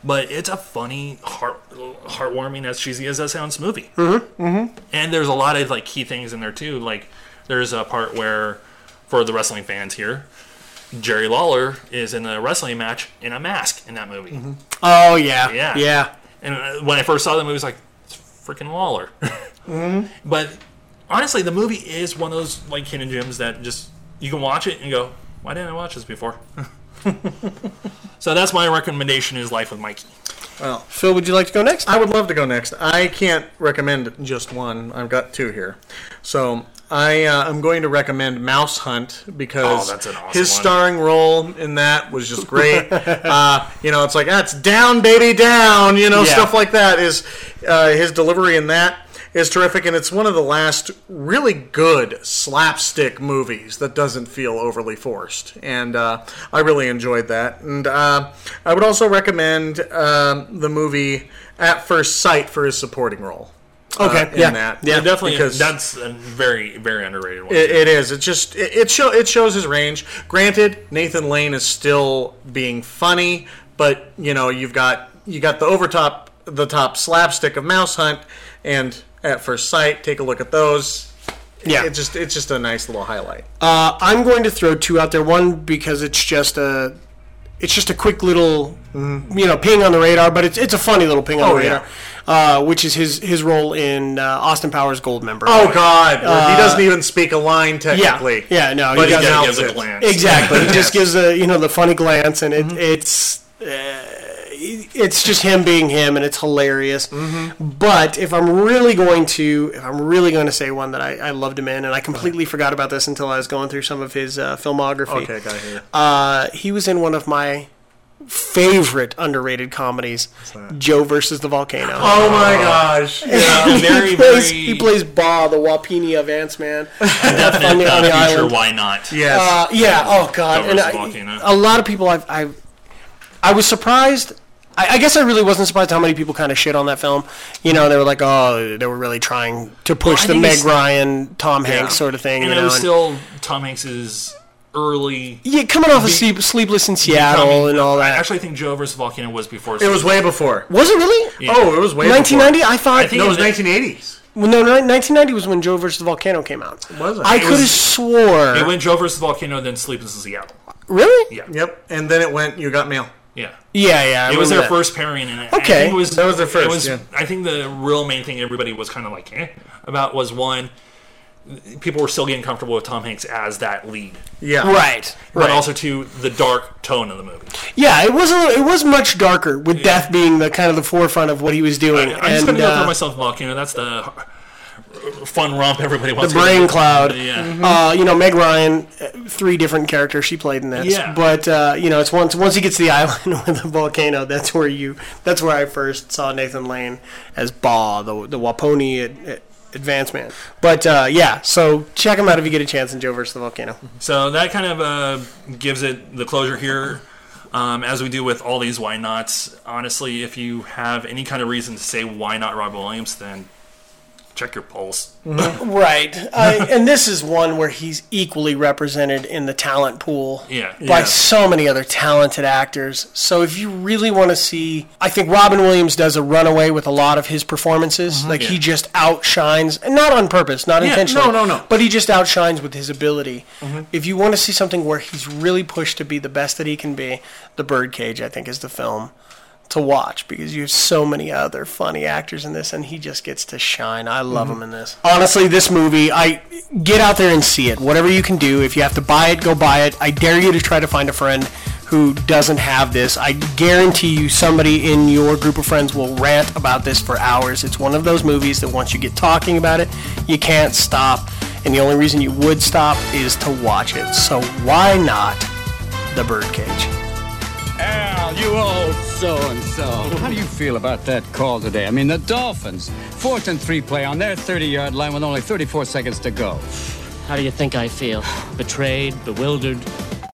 Speaker 2: But it's a funny, heart heartwarming, as cheesy as that sounds, movie.
Speaker 3: Mm-hmm. Mm-hmm.
Speaker 2: And there's a lot of like key things in there too. Like there's a part where, for the wrestling fans here, Jerry Lawler is in a wrestling match in a mask in that movie.
Speaker 1: Mm-hmm.
Speaker 3: Oh yeah.
Speaker 2: Yeah.
Speaker 3: Yeah.
Speaker 2: And uh, when I first saw the movie, I was like, it's freaking Lawler.
Speaker 1: Mm-hmm.
Speaker 2: but honestly, the movie is one of those like hidden gems that just you can watch it and go, why didn't I watch this before? so that's my recommendation: is Life with Mikey.
Speaker 1: Well,
Speaker 3: Phil, would you like to go next?
Speaker 1: I would love to go next. I can't recommend just one. I've got two here, so I uh, am going to recommend Mouse Hunt because
Speaker 2: Oh, that's an awesome
Speaker 1: his
Speaker 2: one.
Speaker 1: starring role in that was just great. uh, you know, it's like that's down, baby, down. You know,
Speaker 2: Yeah.
Speaker 1: stuff like that is uh, his delivery in that is terrific, and it's one of the last really good slapstick movies that doesn't feel overly forced, and uh, I really enjoyed that. And uh, I would also recommend um, the movie At First Sight for his supporting role. uh, in that.
Speaker 2: definitely.
Speaker 1: because-
Speaker 2: that's a very, very underrated one.
Speaker 1: it, it is. It just it, it show it shows his range. Granted, Nathan Lane is still being funny, but you know you've got you got the overtop the top slapstick of Mouse Hunt, and at first sight, take a look at those.
Speaker 3: Yeah.
Speaker 1: it, just it's just a nice little highlight.
Speaker 3: Uh, I'm going to throw two out there. One because it's just a, it's just a quick little, you know, ping on the radar, but it's it's a funny little ping on
Speaker 1: Mm-hmm. Oh,
Speaker 3: the
Speaker 1: yeah.
Speaker 3: radar. Uh, which is his his role in uh, Austin Powers Gold Member.
Speaker 1: Oh God, he doesn't even speak a line technically.
Speaker 3: uh, Yeah, yeah, no,
Speaker 1: but
Speaker 3: he
Speaker 1: he,
Speaker 3: doesn't.
Speaker 1: gives
Speaker 2: Gives
Speaker 1: it.
Speaker 2: a glance.
Speaker 3: Exactly. He just
Speaker 1: Yes.
Speaker 3: gives a you know the funny glance, and it, it's uh, it's just him being him, and it's hilarious. But if I'm really going to, if I'm really going to say one that I, I loved him in, and I completely forgot about this until I was going through some of his uh, filmography.
Speaker 1: Okay, got here.
Speaker 3: Uh, he was in one of my favorite underrated comedies, Joe versus the Volcano.
Speaker 1: Oh my gosh!
Speaker 2: Oh,
Speaker 1: Yeah,
Speaker 3: he, plays, he plays Ba, the Wapini of Ants Man.
Speaker 2: Definite
Speaker 3: on the- on
Speaker 2: uh,
Speaker 3: the
Speaker 2: feature,
Speaker 3: island.
Speaker 2: Why not?
Speaker 3: Uh, yeah. Oh God.
Speaker 2: Covers
Speaker 3: And
Speaker 2: the
Speaker 3: I-
Speaker 2: volcano.
Speaker 3: a lot of people. I've, I've I was surprised. I, I guess I really wasn't surprised how many people kind of shit on that film. You know, they were like, "Oh, they were really trying to push
Speaker 2: I
Speaker 3: the
Speaker 2: think
Speaker 3: Meg
Speaker 2: it's-
Speaker 3: Ryan, Tom Hanks sort of thing."
Speaker 2: And
Speaker 3: you
Speaker 2: it
Speaker 3: know,
Speaker 2: was
Speaker 3: and-
Speaker 2: still Tom Hanks's early.
Speaker 3: yeah, coming off of
Speaker 2: be-
Speaker 3: sleep, Sleepless in Seattle
Speaker 2: becoming-
Speaker 3: and all
Speaker 2: I
Speaker 3: that.
Speaker 2: actually think Joe versus Volcano was before.
Speaker 1: Uh, It was way before.
Speaker 3: Was it really?
Speaker 2: Yeah.
Speaker 1: Oh, it was way.
Speaker 3: 1990?
Speaker 1: Before.
Speaker 3: I thought- I think
Speaker 1: no, it was
Speaker 3: it-
Speaker 1: 1980s.
Speaker 3: Well, no, no, 1990 was when Joe versus the Volcano came out.
Speaker 1: Was it?
Speaker 3: I
Speaker 1: It
Speaker 3: could have
Speaker 1: was-
Speaker 3: swore.
Speaker 2: It went Joe versus Volcano, then Sleepless in Seattle.
Speaker 3: really?
Speaker 2: Yeah.
Speaker 1: Yep. And then it went. You got mail.
Speaker 2: Yeah.
Speaker 3: Yeah, yeah. I
Speaker 2: it was
Speaker 3: remember
Speaker 2: their
Speaker 3: that.
Speaker 2: first pairing, and I- I
Speaker 3: Okay.
Speaker 2: think it was
Speaker 1: That was their first,
Speaker 2: It was,
Speaker 1: yeah.
Speaker 2: I think the real main thing everybody was kind of like eh, about was one, people were still getting comfortable with Tom Hanks as that lead,
Speaker 1: Yeah.
Speaker 3: Right.
Speaker 2: but
Speaker 3: right.
Speaker 2: also to the dark tone of the movie.
Speaker 3: Yeah, it was a little, it was much darker with death being the kind of the forefront of what he was doing.
Speaker 2: I'm
Speaker 3: and,
Speaker 2: just gonna go
Speaker 3: uh,
Speaker 2: throw myself volcano. That's the fun romp everybody
Speaker 3: the
Speaker 2: wants. to
Speaker 3: brain
Speaker 2: do.
Speaker 3: cloud.
Speaker 2: Yeah.
Speaker 3: Uh, you know, Meg Ryan, uh, three different characters she played in this.
Speaker 2: Yeah.
Speaker 3: But uh, you know, it's once once he gets to the island with the volcano, that's where you that's where I first saw Nathan Lane as Ba, the the Waponi ad, ad- advance man. But uh, yeah, so check him out if you get a chance in Joe versus the volcano.
Speaker 2: So that kind of uh, gives it the closure here. Um, as we do with all these why nots, honestly, if you have any kind of reason to say why not Robin Williams, then check your pulse.
Speaker 3: right. I, and this is one where he's equally represented in the talent pool
Speaker 2: Yeah.
Speaker 3: by
Speaker 2: Yeah.
Speaker 3: so many other talented actors. So if you really want to see, I think Robin Williams does a runaway with a lot of his performances. Like he
Speaker 1: Mm-hmm. Yeah.
Speaker 3: just outshines, and not on purpose, not
Speaker 1: Yeah,
Speaker 3: intentionally.
Speaker 1: no, no, no.
Speaker 3: But he just outshines with his ability. If you want to see something where he's really pushed to be the best that he can be, The Birdcage, I think, is the film to watch because you have so many other funny actors in this, and he just gets to shine. I love him in this. Honestly, this movie, I get out there and see it. Whatever you can do, if you have to buy it, go buy it. I dare you to try to find a friend who doesn't have this. I guarantee you, somebody in your group of friends will rant about this for hours. It's one of those movies that once you get talking about it, you can't stop. And the only reason you would stop is to watch it. So why not The Birdcage?
Speaker 10: Al, you old so and so. How do you feel about that call today? I mean, the Dolphins, fourth and three play on their 30 yard line with only 34 seconds to go.
Speaker 5: How do you think I feel? Betrayed, bewildered,